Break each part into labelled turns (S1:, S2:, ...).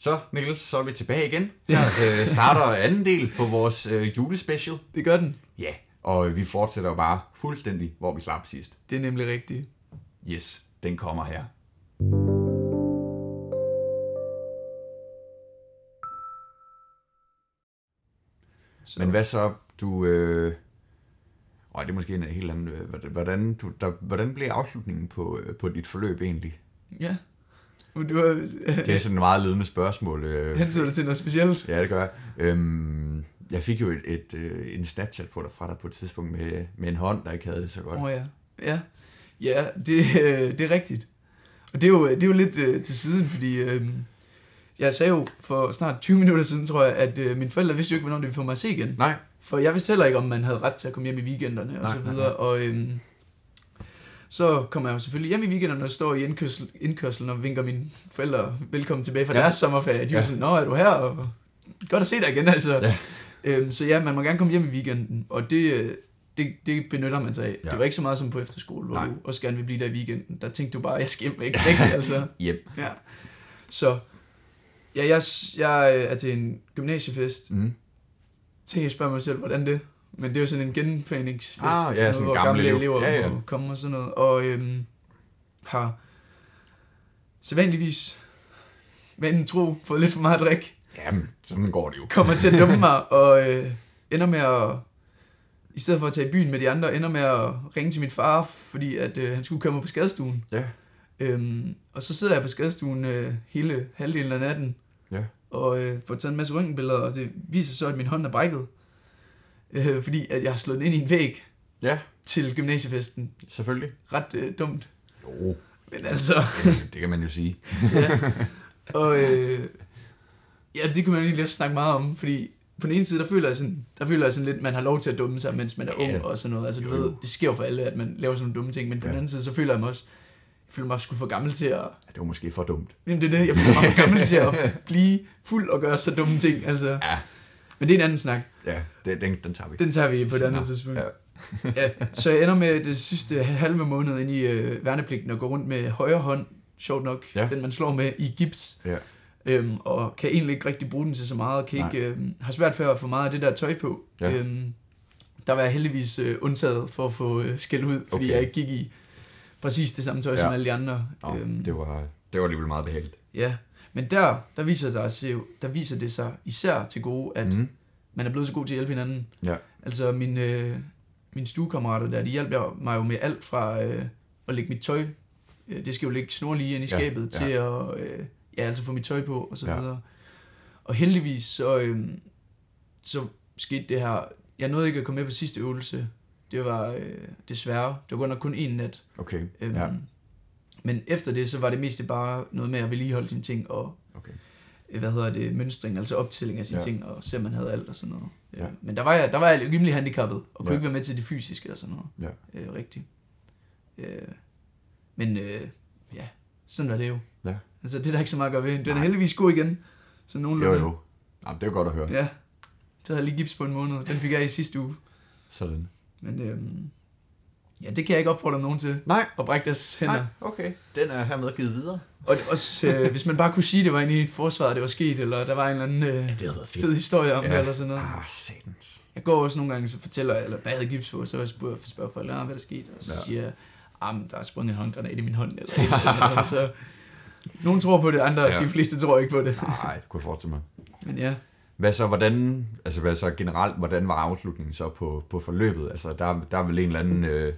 S1: Så, Mikkel, så er vi tilbage igen. Her øh, starter anden del på vores øh, julespecial.
S2: Det gør den.
S1: Ja, og øh, vi fortsætter jo bare fuldstændig, hvor vi slap sidst.
S2: Det er nemlig rigtigt.
S1: Yes, den kommer her.
S2: Så.
S1: Men hvad så, du... Øh... Øj, det er måske en helt anden... Øh, hvordan- hvordan, du, der, hvordan blev afslutningen på, øh, på dit forløb egentlig?
S2: Ja. Men du har...
S1: Det er sådan et meget ledende spørgsmål. Øh.
S2: Han så det til noget specielt.
S1: Ja, det gør jeg. Øhm, jeg fik jo et, et, øh, en Snapchat på dig fra dig på et tidspunkt med, med en hånd, der ikke havde det så godt.
S2: Åh oh, ja. Ja, ja det, øh, det er rigtigt. Og det er jo, det er jo lidt øh, til siden, fordi øh, jeg sagde jo for snart 20 minutter siden, tror jeg, at øh, mine forældre vidste jo ikke, hvornår de ville få mig at se igen.
S1: Nej,
S2: For jeg vidste heller ikke, om man havde ret til at komme hjem i weekenderne og
S1: Nej,
S2: så
S1: nej,
S2: videre. Og øhm, så kommer jeg jo selvfølgelig hjem i weekenderne og står i indkørsel, indkørselen og vinker mine forældre velkommen tilbage fra
S1: Ja.
S2: ja. deres sommerferie. De er
S1: Ja.
S2: ja. sådan, nå, er du her? Og godt at se dig igen, altså.
S1: Ja.
S2: Ja. Øhm, så ja, man må gerne komme hjem i weekenden, og det, øh, det, det benytter man sig af.
S1: Ja.
S2: Ja. Det var ikke så meget som på efterskole, hvor
S1: Nej.
S2: du også gerne vil blive der i weekenden. Der tænkte du bare, jeg skal hjem, ikke? Rigtigt, altså.
S1: yep.
S2: Ja. Så ja, jeg, jeg øh, er til en gymnasiefest,
S1: Mm.
S2: tænker jeg spørger mig selv, hvordan det Men det er jo sådan en genforeningsfest,
S1: Ah, ja,
S2: sådan
S1: sådan
S2: hvor
S1: gamle
S2: gamle,
S1: elev-
S2: elever
S1: ja, ja.
S2: må komme og sådan noget. Og øhm, har sædvanligvis vanen tro fået lidt for meget drik,
S1: Jamen, sådan går det jo.
S2: kommer til at dumme mig, og øh, ender med at, i stedet for at tage i byen med de andre, ender med at ringe til min far, fordi at øh, han skulle køre mig på skadestuen.
S1: Ja,
S2: Øhm, og så sidder jeg på skadestuen øh, hele halvdelen af natten,
S1: ja.
S2: og øh, får taget en masse røntgenbilleder, og det viser så, at min hånd er brækket. Øh, fordi at jeg har slået den ind i en væg
S1: Ja,
S2: til gymnasiefesten.
S1: selvfølgelig.
S2: Ret øh, dumt,
S1: Jo,
S2: men altså...
S1: det kan man jo sige.
S2: ja. Og øh, ja, det kunne man egentlig også snakke meget om, fordi på den ene side, der føler jeg sådan, der føler jeg sådan lidt, at man har lov til at dumme sig, mens man er ung
S1: Ja.
S2: og sådan noget. Altså, du
S1: Jo, jo.
S2: ved, det sker jo for alle, at man laver sådan nogle dumme ting, men på
S1: Ja.
S2: den anden side, så føler jeg mig også, jeg føler mig sgu for gammel til at...
S1: Ja, det var måske for dumt.
S2: Jamen, det er det, jeg føler mig for gammel til at blive fuld og gøre så dumme ting, altså.
S1: Ja.
S2: Men det er en anden snak.
S1: Ja, den, den, den tager vi.
S2: Den tager vi på et andet
S1: Nå,
S2: tidspunkt.
S1: ja.
S2: Ja. Så jeg ender med det sidste halve måned ind i øh, værnepligten og går rundt med højre hånd, sjovt nok,
S1: Ja.
S2: ja. den man slår med i gips,
S1: Ja.
S2: øhm, og kan egentlig ikke rigtig bruge den til så meget, og kan
S1: Nej.
S2: ikke, øhm, har svært for at få meget af det der tøj på.
S1: Ja.
S2: Øhm, der var jeg heldigvis øh, undtaget for at få øh, skæld ud, fordi
S1: Okay.
S2: jeg ikke gik i præcis det samme tøj ja. som
S1: Ja.
S2: alle de andre. Øhm,
S1: Nå, det var, det var alligevel meget behageligt.
S2: Ja, men der, der, viser der, sig, jo- der viser det sig især til gode, at
S1: Mm.
S2: man er blevet så god til at hjælpe hinanden.
S1: Ja.
S2: Altså min, øh, mine stuekammerater der, de hjalp jeg- mig jo med alt fra øh, at lægge mit tøj, øh, det skal jo ligge snorlige ind i
S1: Ja,
S2: skabet,
S1: ja.
S2: til at øh, ja, altså få mit tøj på og så
S1: Ja.
S2: videre. Og heldigvis så, øh, så skete det her, jeg nåede ikke at komme med på sidste øvelse, det var øh, desværre, det var godt nok kun en nat.
S1: Okay,
S2: Øhm,
S1: ja,
S2: Men efter det, så var det meste bare noget med at vedligeholde dine ting og
S1: okay.
S2: øh, hvad hedder det, mønstring, altså optælling af sine
S1: Ja.
S2: ja. ting, og se, om man havde alt og sådan noget. Øh,
S1: Ja.
S2: Men der var, jeg, der var jeg rimelig handicappet, og kunne
S1: Ja.
S2: ja. ikke være med til det fysiske og sådan noget. Ja. Øh, rigtigt. Øh, men øh, ja, sådan var det jo.
S1: Ja.
S2: Altså, det er der ikke så meget at gøre ved. Den er
S1: Nej.
S2: heldigvis god igen. Så
S1: Jo,
S2: nogenlunde.
S1: jo. Jamen, det var godt at høre.
S2: Ja. Så havde jeg lige gips på en måned. Den fik jeg i sidste uge.
S1: Sådan.
S2: Men øhm, ja, det kan jeg ikke opfordre nogen til.
S1: Nej,
S2: At brække deres hænder.
S1: nej, okay. Den er hermed givet videre.
S2: Og det- også, øh, hvis man bare kunne sige, det var inde i forsvaret, det var sket, eller der var en eller anden øh,
S1: Det havde været
S2: fed historie om
S1: Ja.
S2: ja. det, eller sådan noget.
S1: Ah, satans.
S2: Jeg går også nogle gange, så fortæller jeg, eller da jeg havde gips på, så jeg spørger, spørger folk, "Ah, hvad der skete, og så
S1: Ja.
S2: ja. siger jeg, "Ah, men der er sprunget en håndgranat i min hånd, eller et eller andet, og så... Nogle tror på det, andre,
S1: Ja.
S2: ja. de fleste tror ikke på det.
S1: Nej, det kunne jeg forestille mig.
S2: Men ja,
S1: Hvad så, hvordan, altså hvad så generelt, hvordan var afslutningen så på, på forløbet? Altså, der, der er vel en eller anden øh,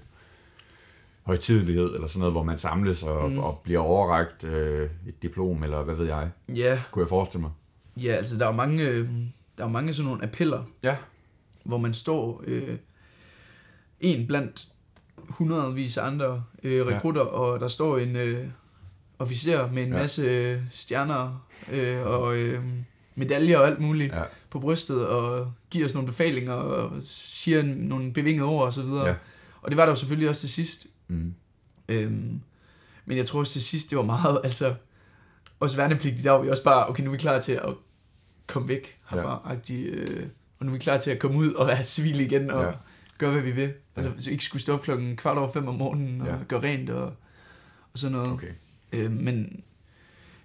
S1: højtidelighed eller sådan noget, hvor man samles og, mm. og bliver overragt øh, et diplom, eller hvad ved jeg,
S2: ja,
S1: kunne jeg forestille mig.
S2: ja altså der er jo mange, øh, der er jo mange sådan nogle appeller,
S1: Ja,
S2: hvor man står øh, en blandt hundredvis af andre øh,
S1: Ja.
S2: rekrutter, og der står en øh, officer med en
S1: Ja.
S2: ja. masse øh, stjerner øh, og øh, medaljer og alt muligt
S1: Ja.
S2: ja. på brystet, og giver os nogle befalinger og siger en- nogle bevingede ord og så videre.
S1: Ja.
S2: Ja. Og det var der jo selvfølgelig også til sidst.
S1: mm.
S2: Øhm, men jeg tror også til sidst, det var meget, altså, også værnepligtigt, der var vi også bare, okay, nu er vi klar til at komme væk herfra, ja. øh, og nu er vi klar til at komme ud og være civil igen, og
S1: Ja.
S2: ja. gøre, hvad vi vil. Altså, så vi ikke skulle stå op klokken kvart over fem om morgenen, og
S1: Ja.
S2: ja. gøre rent, og, og sådan noget.
S1: okay.
S2: Øh, men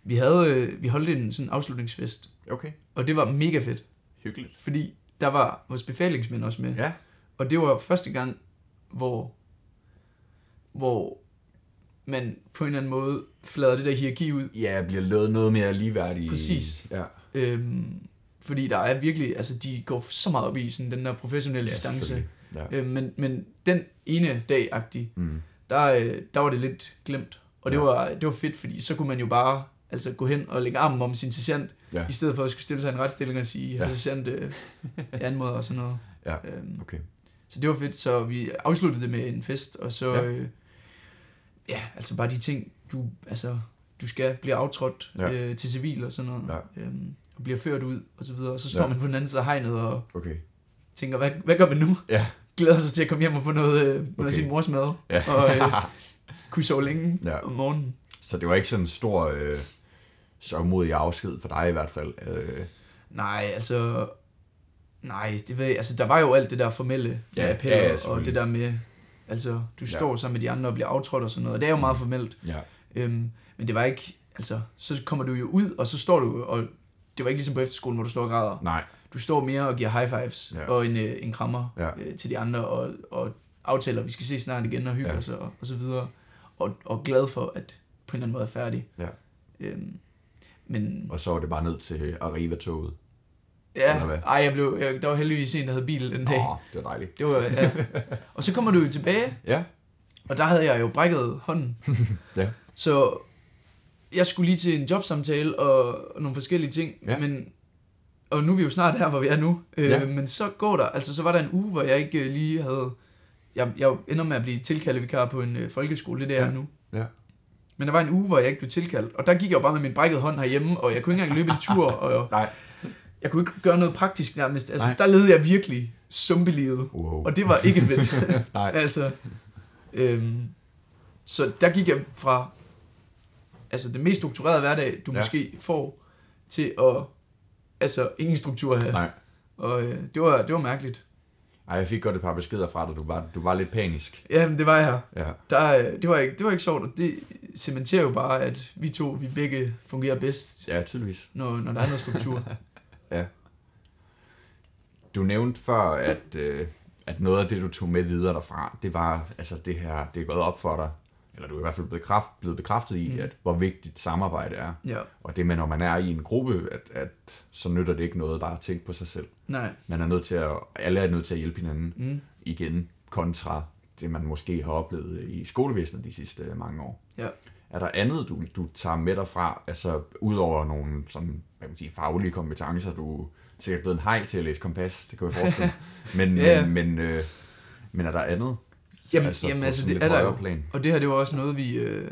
S2: Vi, havde, øh, vi holdt en sådan afslutningsfest,
S1: Okay,
S2: og det var mega fedt,
S1: hyggeligt.
S2: fordi der var vores befalingsmænd også med.
S1: Ja,
S2: Og det var første gang, hvor, hvor man på en eller anden måde flader det der hierarki ud.
S1: ja jeg bliver lavet noget mere ligeværdigt.
S2: Præcis.
S1: Ja,
S2: Øhm, fordi der er virkelig, altså de går så meget op i sådan, den der professionelle
S1: ja
S2: ja, distance.
S1: selvfølgelig. Ja.
S2: Øhm, men, men den ene dag-agtig,
S1: Mm.
S2: der, øh, der var det lidt glemt. Og det,
S1: Ja.
S2: var, det var fedt, fordi så kunne man jo bare altså, gå hen og lægge armen om sin sergeant,
S1: Ja.
S2: i stedet for at skulle stille sig i en retsstilling og sige, ja.
S1: Ja.
S2: sergeant, øh, jeg anmoder og sådan noget.
S1: Ja.
S2: Øhm,
S1: Okay.
S2: så det var fedt, så vi afsluttede det med en fest, og så...
S1: Ja.
S2: Ja, øh, ja altså bare de ting, du, altså, du skal blive aftrådt
S1: Ja.
S2: ja. øh, til civil og sådan noget, øhm, og bliver ført ud og så videre, og så står
S1: Ja.
S2: ja. man på den anden side af hegnet og
S1: Okay.
S2: tænker, hvad, hvad gør man nu?
S1: Ja.
S2: Glæder sig til at komme hjem og få noget, øh, noget
S1: Okay.
S2: af sin mors mad,
S1: Ja.
S2: og øh, kunne sove længe
S1: Ja.
S2: ja. om morgenen.
S1: Så det var ikke sådan en stor øh, sørgmodig afsked for dig i hvert fald. Øh,
S2: Nej, altså... Nej, det ved jeg. Altså, der var jo alt det der formelle
S1: Ja,
S2: med
S1: ja,
S2: appeller,
S1: ja,
S2: og
S1: selvfølgelig.
S2: det der med... Altså, du
S1: Ja.
S2: står sammen med de andre og bliver aftrådt og sådan noget, og det er jo meget formelt.
S1: ja.
S2: Øhm, men det var ikke, altså, så kommer du jo ud, og så står du, og det var ikke ligesom på efterskolen, hvor du står og græder.
S1: Nej.
S2: Du står mere og giver high fives
S1: Ja.
S2: ja. og en, øh, en krammer
S1: Ja.
S2: ja. øh, til de andre, og, og aftaler, at vi skal se snart igen og hygge
S1: Ja.
S2: ja. os og, og så videre. Og, og glad for, at på en eller anden måde er færdig.
S1: Ja.
S2: Øhm, men
S1: Og så var det bare ned til Arriva-toget. eller
S2: ja,
S1: hvad?
S2: ej, jeg blev, jeg, der var heldigvis en, der havde bil den dag.
S1: Åh,
S2: Oh.
S1: oh, det var dejligt.
S2: Det var, ja. Og så kommer du jo tilbage,
S1: Ja,
S2: Og der havde jeg jo brækket hånden.
S1: Ja.
S2: Så jeg skulle lige til en jobsamtale og nogle forskellige ting,
S1: Ja.
S2: men og nu er vi jo snart her, hvor vi er nu. Øh,
S1: Ja.
S2: Men så går der, altså så var der en uge, hvor jeg ikke øh, lige havde, jeg, jeg ender med at blive tilkaldevikar på en øh, folkeskole, det der
S1: Ja.
S2: er nu.
S1: Ja.
S2: Men der var en uge, hvor jeg ikke blev tilkaldt, og der gik jeg jo bare med min brækkede hånd herhjemme, og jeg kunne ikke engang løbe en tur, og
S1: Nej.
S2: jeg kunne ikke gøre noget praktisk nærmest. Altså,
S1: Nej.
S2: der levede jeg virkelig zombelivet,
S1: wow.
S2: og det var ikke fedt.
S1: Nej.
S2: Altså, øhm, så der gik jeg fra altså den mest strukturerede hverdag, du
S1: Ja.
S2: ja. måske får, til at altså ingen struktur have.
S1: Nej.
S2: Og øh, det, var, det var mærkeligt.
S1: Ej, jeg fik godt et par beskeder fra dig. Du var, du var lidt panisk.
S2: Ja, men det var jeg.
S1: Ja.
S2: Der, øh, det, var ikke, det var ikke sjovt, og det cementerer jo bare, at vi to, vi begge fungerer bedst,
S1: Ja, tydeligvis.
S2: når, når der er noget struktur.
S1: Du nævnte før, at, øh, at noget af det, du tog med videre derfra, det var altså det her, det er gået op for dig, eller du er i hvert fald blevet, kraft, blevet bekræftet i, mm.
S2: Mm.
S1: at hvor vigtigt samarbejde er.
S2: ja,
S1: Og det med, når man er i en gruppe, at, at så nytter det ikke noget bare at tænke på sig selv.
S2: nej.
S1: Man er nødt til at, alle er nødt til at hjælpe hinanden
S2: Mm,
S1: igen, kontra det, man måske har oplevet i skolevæsenet de sidste øh, mange år.
S2: ja.
S1: Er der andet, du, du tager med dig fra, altså udover nogle sådan, hvad kan man sige, faglige kompetencer, du er sikkert blevet en hej til at læse kompas, det kan jeg forestille mig. Men,
S2: Ja.
S1: men, men, øh, men er der andet?
S2: Jamen, altså, jamen,
S1: på
S2: altså
S1: sådan lidt
S2: det er der
S1: højere
S2: jo.
S1: Plan.
S2: Og det her, det var også noget, vi... Øh,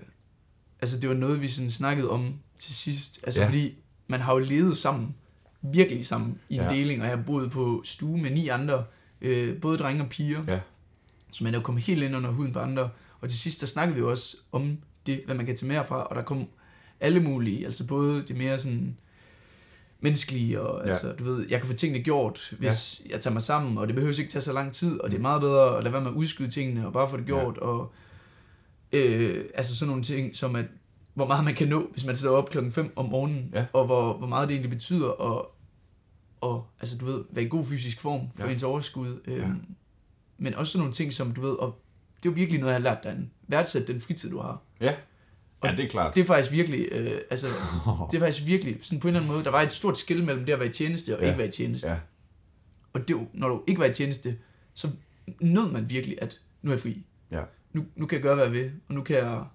S2: altså, det var noget, vi sådan snakkede om til sidst. Altså,
S1: Ja.
S2: ja. fordi man har jo levet sammen, virkelig sammen, i en
S1: Ja.
S2: ja. deling, og jeg har boet på stue med ni andre, øh, både drenge og piger.
S1: Ja.
S2: Så man er jo kommet helt ind under huden på andre. Og til sidst, der snakkede vi jo også om det, hvad man kan tage med herfra, og der kom alle mulige, altså både det mere sådan menneskelige, og
S1: Ja.
S2: ja. altså, du ved, jeg kan få tingene gjort, hvis ja. jeg tager mig sammen, og det behøver ikke tage så lang tid, og det er meget bedre at lade være med at udskyde tingene, og bare få det gjort, ja. og øh, altså sådan nogle ting, som at, hvor meget man kan nå, hvis man sidder op klokken 5 om morgenen,
S1: Ja.
S2: og hvor, hvor meget det egentlig betyder, og, og altså, du ved, være i god fysisk form for
S1: Ja.
S2: ja. ens overskud. Øh,
S1: Ja.
S2: Men også sådan nogle ting, som du ved, og det er jo virkelig noget, jeg har lært derinde. Værdsæt den fritid, du har.
S1: Ja. ja, det er klart.
S2: Det er faktisk virkelig, øh, altså, det er faktisk virkelig, sådan på en eller anden måde, der var et stort skel mellem det at være i tjeneste og
S1: Ja.
S2: ja. ikke være i tjeneste.
S1: Ja,
S2: Og det, er jo- når du ikke var i tjeneste, så nød man virkelig, at nu er jeg fri.
S1: Ja.
S2: Nu, nu kan jeg gøre, hvad jeg vil, og nu kan jeg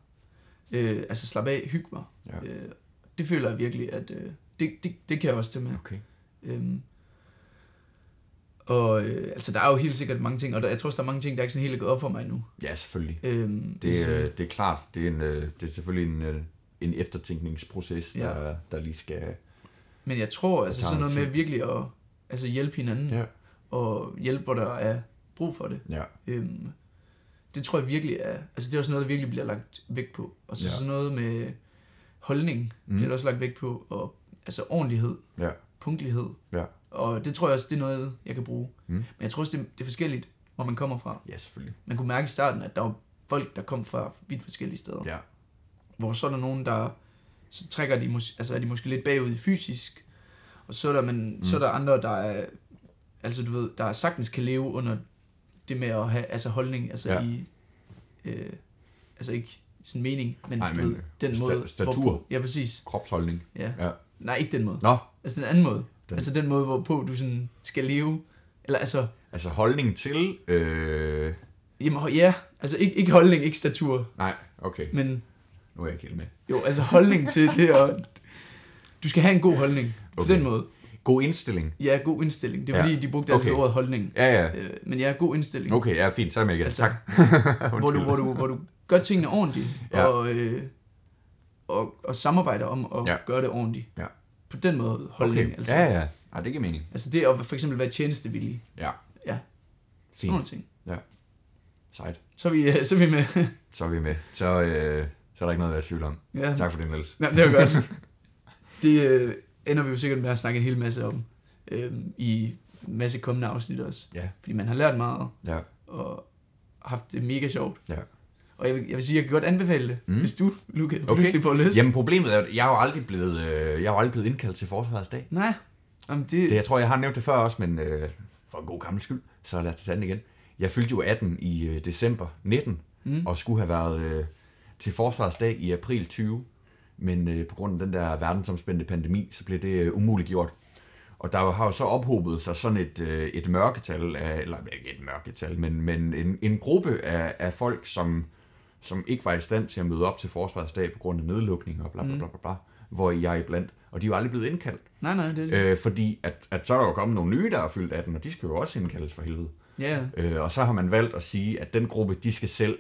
S2: øh, altså slappe af, hygge mig.
S1: Ja.
S2: Øh, det føler jeg virkelig, at øh, det, det, det kan jeg også til med.
S1: okay.
S2: Øhm, og øh, altså, der er jo helt sikkert mange ting, og der, jeg tror også, der er mange ting, der ikke sådan helt er gået op for mig endnu.
S1: Ja, selvfølgelig.
S2: Øhm,
S1: Det,
S2: så-
S1: øh, det er klart, det er, en, øh, det er selvfølgelig en, øh, en eftertænkningsproces,
S2: Ja.
S1: der, der lige skal...
S2: Men jeg tror, altså
S1: tager
S2: sådan
S1: noget
S2: noget med virkelig at altså, hjælpe hinanden,
S1: Ja.
S2: og hjælpe, hvor der er brug for det.
S1: Ja,
S2: Øhm, det tror jeg virkelig er, altså det er også noget, der virkelig bliver lagt vægt på. Og så
S1: Ja.
S2: ja. sådan noget med holdning
S1: Mm.
S2: mm. bliver der også lagt vægt på, og altså ordentlighed,
S1: Ja.
S2: punktlighed.
S1: Ja.
S2: Og det tror jeg også, det er noget, jeg kan bruge.
S1: Mm.
S2: Men jeg tror også, det, det er forskelligt, hvor man kommer fra.
S1: ja selvfølgelig.
S2: Man kunne mærke i starten, at der var folk, der kom fra vidt forskellige steder.
S1: Ja.
S2: Hvor så er der nogen, der så trækker de, mås- altså er de måske lidt bagud i fysisk, og så er der, men, mm. så er der andre, der er, altså du ved, der sagtens kan leve under det med at have altså holdning, altså
S1: Ja.
S2: ja. i, øh, altså ikke sådan mening, men,
S1: Nej,
S2: Nej,
S1: men,
S2: men den
S1: sta-
S2: måde.
S1: statur.
S2: hvorpå- ja, præcis.
S1: Kropsholdning.
S2: Ja.
S1: Ja.
S2: Nej, ikke den måde.
S1: Nå,
S2: Altså den anden måde.
S1: Den-
S2: Den. Altså den måde, hvorpå du sådan skal leve. Eller altså,
S1: altså holdning til... Øh...
S2: jamen, ho- ja, altså ikke, ikke holdning, ikke statur,
S1: Nej, okay.
S2: men
S1: Nu er jeg ikke helt med.
S2: jo, altså holdning til det, og du skal have en god holdning, på
S1: Okay.
S2: den måde.
S1: God indstilling.
S2: Ja, god indstilling. Det er
S1: Ja.
S2: fordi, de brugte altid
S1: Okay.
S2: ordet holdning.
S1: Ja, ja.
S2: Øh, men ja, god indstilling.
S1: Okay, ja, fint. Så er jeg med igen.
S2: Altså,
S1: tak.
S2: hvor, du, hvor, du, hvor du gør tingene ordentligt,
S1: Ja.
S2: ja. og, øh, og, og samarbejder om at
S1: Ja.
S2: ja. gøre det ordentligt.
S1: Ja.
S2: På den måde holdning.
S1: Okay.
S2: Altså,
S1: Ja, ja. Ej, det giver mening.
S2: altså det at for eksempel være tjenestevillig.
S1: Ja.
S2: Ja, sådan nogle
S1: Fint.
S2: ting.
S1: Sejt.
S2: Så er vi, øh, så er vi med.
S1: Så er vi med. Så, øh, så er der ikke noget at være i tvivl om.
S2: ja.
S1: Tak for det, Niels.
S2: Ja, det var godt. det øh, ender vi jo sikkert med at snakke en hel masse om øh, i en masse kommende afsnit også.
S1: Ja.
S2: Fordi man har lært meget
S1: Ja.
S2: og haft det mega sjovt.
S1: Ja.
S2: Og jeg vil, jeg vil sige, jeg kan godt anbefale det,
S1: Mm.
S2: mm. hvis du, Luca, okay. pludselig får lyst.
S1: Jamen problemet er, at jeg er jo aldrig blevet, øh, jeg er jo aldrig blevet indkaldt til Forsvarets dag.
S2: Nej, Jamen, det,
S1: Det,
S2: det.
S1: jeg tror, jeg har nævnt det før også, men øh, for en god gammel skyld, så lad os tage den igen. Jeg fyldte jo 18 i øh, december 19, mm.
S2: Mm.
S1: og skulle have været øh, til Forsvarets dag i april 20. Men øh, på grund af den der verdensomspændende pandemi, så blev det øh, umuligt gjort. Og der har jo så ophobet sig sådan et, øh, et mørketal, af, eller ikke et mørketal, men, men en, en gruppe af, af folk, som, som ikke var i stand til at møde op til Forsvarets dag på grund af nedlukning og bla bla bla
S2: Mm.
S1: bla, bla hvor jeg er iblandt. Og de er jo aldrig blevet indkaldt.
S2: Nej, nej, det er det.
S1: Øh, fordi at, at så er der jo kommet nogle nye, der er fyldt 18, og de skal jo også indkaldes for helvede.
S2: Ja,
S1: Øh, og så har man valgt at sige, at den gruppe, de skal selv,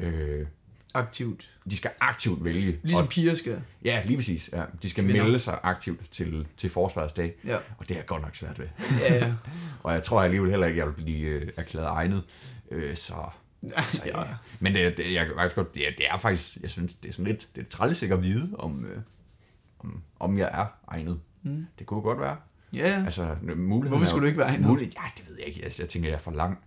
S1: øh,
S2: aktivt.
S1: de skal aktivt vælge.
S2: Ligesom
S1: Og,
S2: piger skal.
S1: ja, lige præcis. Ja. De skal
S2: Kvinder.
S1: melde sig aktivt til, til Forsvarets dag.
S2: Ja.
S1: Og det er jeg godt nok svært ved.
S2: Ja, ja.
S1: Og jeg tror alligevel heller ikke, jeg vil blive øh, erklæret egnet. Øh, så, så ja. ja. Men det, det, jeg kan faktisk godt, det, er- det er faktisk, jeg synes, det er sådan lidt, det er træls ikke at vide, om, øh, om, om jeg er egnet. Mm. Det kunne godt være.
S2: ja, ja.
S1: Altså, muligheden
S2: Hvorfor
S1: er
S2: skulle
S1: jo-
S2: du ikke være egnet?
S1: Mulighed, ja, det ved jeg ikke. Altså, Jeg, jeg tænker, jeg er for lang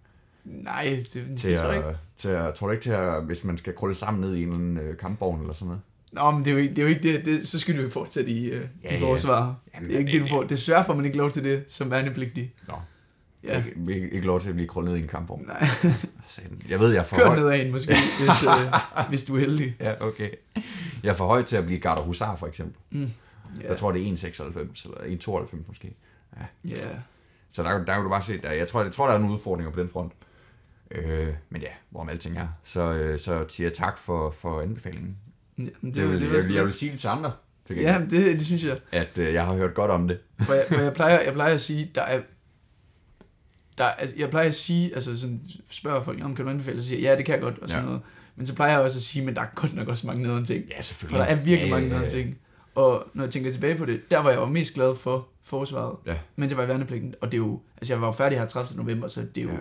S2: Nej, det, det
S1: til,
S2: tror jeg ikke.
S1: at, til at... Tror du ikke til at... Hvis man skal krølle sammen ned i en eller anden øh, kampvogn eller sådan noget?
S2: Nå, men det er jo ikke det. Er jo ikke det, det så skal du jo fortsætte i, øh,
S1: Ja,
S2: i
S1: ja.
S2: forsvar.
S1: Jamen,
S2: det er ikke
S1: det-
S2: det, du får. Desværre får man ikke lov til det som værnepligtig.
S1: Nå. Ja.
S2: Ja.
S1: Ikke, ikke, ikke lov til at blive krøllet ned i en kampvogn.
S2: Nej,
S1: Satan. Jeg ved, jeg er for
S2: kør
S1: høj.
S2: ned af en måske, hvis, øh, hvis du er heldig.
S1: Ja, okay. Jeg er for høj til at blive garder husar, for eksempel. Ja.
S2: Ja,
S1: Jeg tror, det er 1,96 eller 1,92 måske.
S2: ja.
S1: Så der, der kan du bare se, der, jeg, tror, jeg tror, der er nogle udfordringer på den front. Øh, men ja, hvorom alting er. Så, øh, så siger jeg tak for, for anbefalingen.
S2: ja men det,
S1: Det,
S2: det,
S1: vil,
S2: det,
S1: jeg, jeg
S2: det,
S1: vil sige det til andre, til
S2: ja,
S1: gengæld,
S2: men det, det synes jeg.
S1: at øh, jeg har hørt godt om det.
S2: For jeg, for jeg, plejer, jeg plejer at sige, der er... Der, er- altså, jeg plejer at sige, altså sådan, spørger folk, om kan du anbefale, så siger jeg, ja, det kan jeg godt, og sådan
S1: Ja.
S2: ja. noget. Men så plejer jeg også at sige, men der er godt nok også mange nederen ting.
S1: Ja,
S2: For
S1: selvfølgelig.
S2: der er virkelig
S1: ja,
S2: mange
S1: ja,
S2: nederen
S1: ja.
S2: ting. Og når jeg tænker tilbage på det, der var jeg jo mest glad for forsvaret,
S1: Ja.
S2: men det var i værnepligten. Og det er jo, altså jeg var jo færdig her 30. november, så det er jo,
S1: Ja.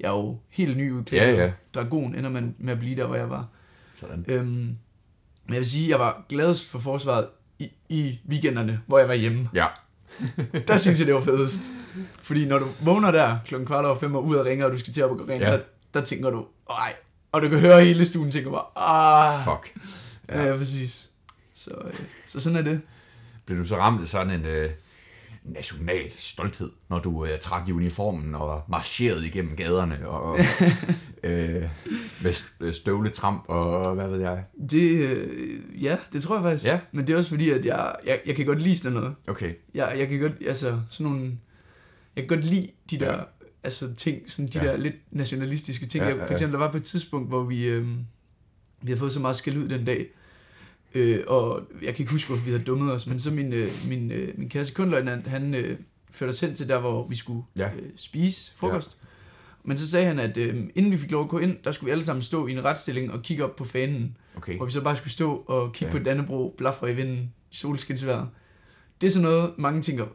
S2: jeg er jo helt ny
S1: Ja,
S2: udklædt.
S1: ja.
S2: Dragon ender man med at blive der, hvor jeg var.
S1: Sådan.
S2: Øhm, men jeg vil sige, jeg var gladest for forsvaret i, i weekenderne, hvor jeg var hjemme.
S1: Ja,
S2: Der synes jeg, det var fedest. Fordi når du vågner der klokken kvart over fem og ud og ringer, og du skal til at gå rent,
S1: Ja.
S2: ja. der, der tænker du, ej. Og du kan høre hele stuen tænker bare, ah.
S1: fuck.
S2: Ja, ja præcis. Så, øh, så sådan er det.
S1: Blev du så ramt af sådan en øh, national stolthed, når du øh, trak i uniformen og marcherede igennem gaderne og, øh, med st- øh, støvletramp og hvad ved jeg?
S2: Det, øh, ja, det tror jeg faktisk.
S1: Ja.
S2: Men det er også fordi, at jeg, jeg, jeg kan godt lide sådan noget.
S1: Okay,
S2: Jeg, jeg kan godt, altså sådan nogle, jeg kan godt lide de der,
S1: Ja.
S2: ja. altså ting, sådan de
S1: Ja.
S2: ja. der lidt nationalistiske ting.
S1: Ja,
S2: Ja, ja,
S1: ja,
S2: ja.
S1: ja.
S2: For eksempel, der var på et tidspunkt, hvor vi, øh, vi havde fået så meget skæld ud den dag, øh, og jeg kan ikke huske, hvorfor vi havde dummet os, men så min, øh, min, øh, min kæreste kundløjnant, han øh, førte os hen til der, hvor vi skulle
S1: Ja.
S2: ja. øh, spise frokost. Ja. Men så sagde han, at øh, inden vi fik lov at gå ind, der skulle vi alle sammen stå i en retstilling og kigge op på fanen
S1: okay.
S2: hvor vi så bare skulle stå og kigge
S1: Ja.
S2: ja. på Dannebro, blafre i vinden, i solskinsvejr. Det er sådan noget, mange tænker,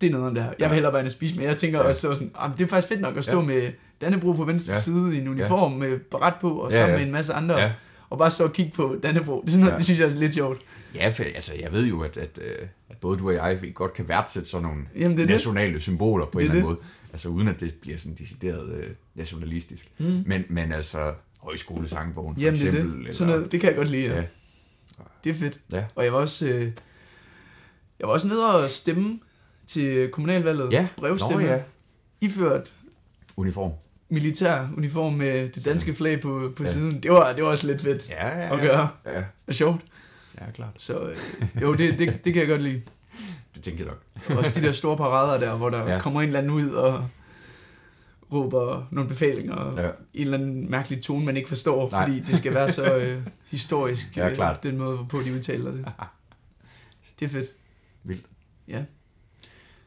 S2: det er noget om det her. Jeg vil
S1: Ja.
S2: hellere være end at spise, men jeg tænker
S1: Ja.
S2: ja. også det var sådan, "Ah, men det er faktisk fedt nok at stå
S1: Ja.
S2: ja. med Dannebro på venstre
S1: Ja.
S2: ja. side i en uniform ja. med beret på og sammen
S1: Ja,
S2: ja,
S1: ja.
S2: ja. med en masse andre.
S1: Ja.
S2: Ja. Og bare stå og kigge på Dannebro. Det, er sådan noget,
S1: Ja.
S2: ja. det synes jeg er lidt sjovt.
S1: Ja, for, altså jeg ved jo, at, at, øh, at både du og jeg vi godt kan værdsætte sådan nogle
S2: Jamen, det er det.
S1: nationale symboler på en
S2: Det er
S1: eller anden måde. Altså uden at det bliver sådan decideret øh, nationalistisk. Mm. Men, men altså højskolesangbogen for
S2: Jamen det er
S1: eksempel.
S2: det. Sådan noget, det kan jeg godt lide. Ja.
S1: Ja.
S2: Det er fedt.
S1: Ja.
S2: Og jeg var også, øh, jeg var også nede og stemme til kommunalvalget.
S1: Ja,
S2: Brevstemme.
S1: Nå, ja.
S2: Iført
S1: Uniform.
S2: militær uniform med det danske flag på, på ja.
S1: Ja.
S2: siden. Det var, det var også lidt fedt
S1: Ja, ja,
S2: at gøre.
S1: ja.
S2: Og sjovt.
S1: Ja, klart.
S2: Så øh, jo, det, det, det kan jeg godt lide.
S1: Det tænker jeg nok.
S2: Også de der store parader der, hvor der ja.
S1: Ja.
S2: kommer en eller anden ud og råber nogle befalinger. Og
S1: Ja.
S2: En eller anden mærkelig tone, man ikke forstår,
S1: Nej.
S2: fordi det skal være så øh, historisk.
S1: Ja,
S2: øh,
S1: klart.
S2: Den måde, hvorpå de udtaler det. Det er fedt.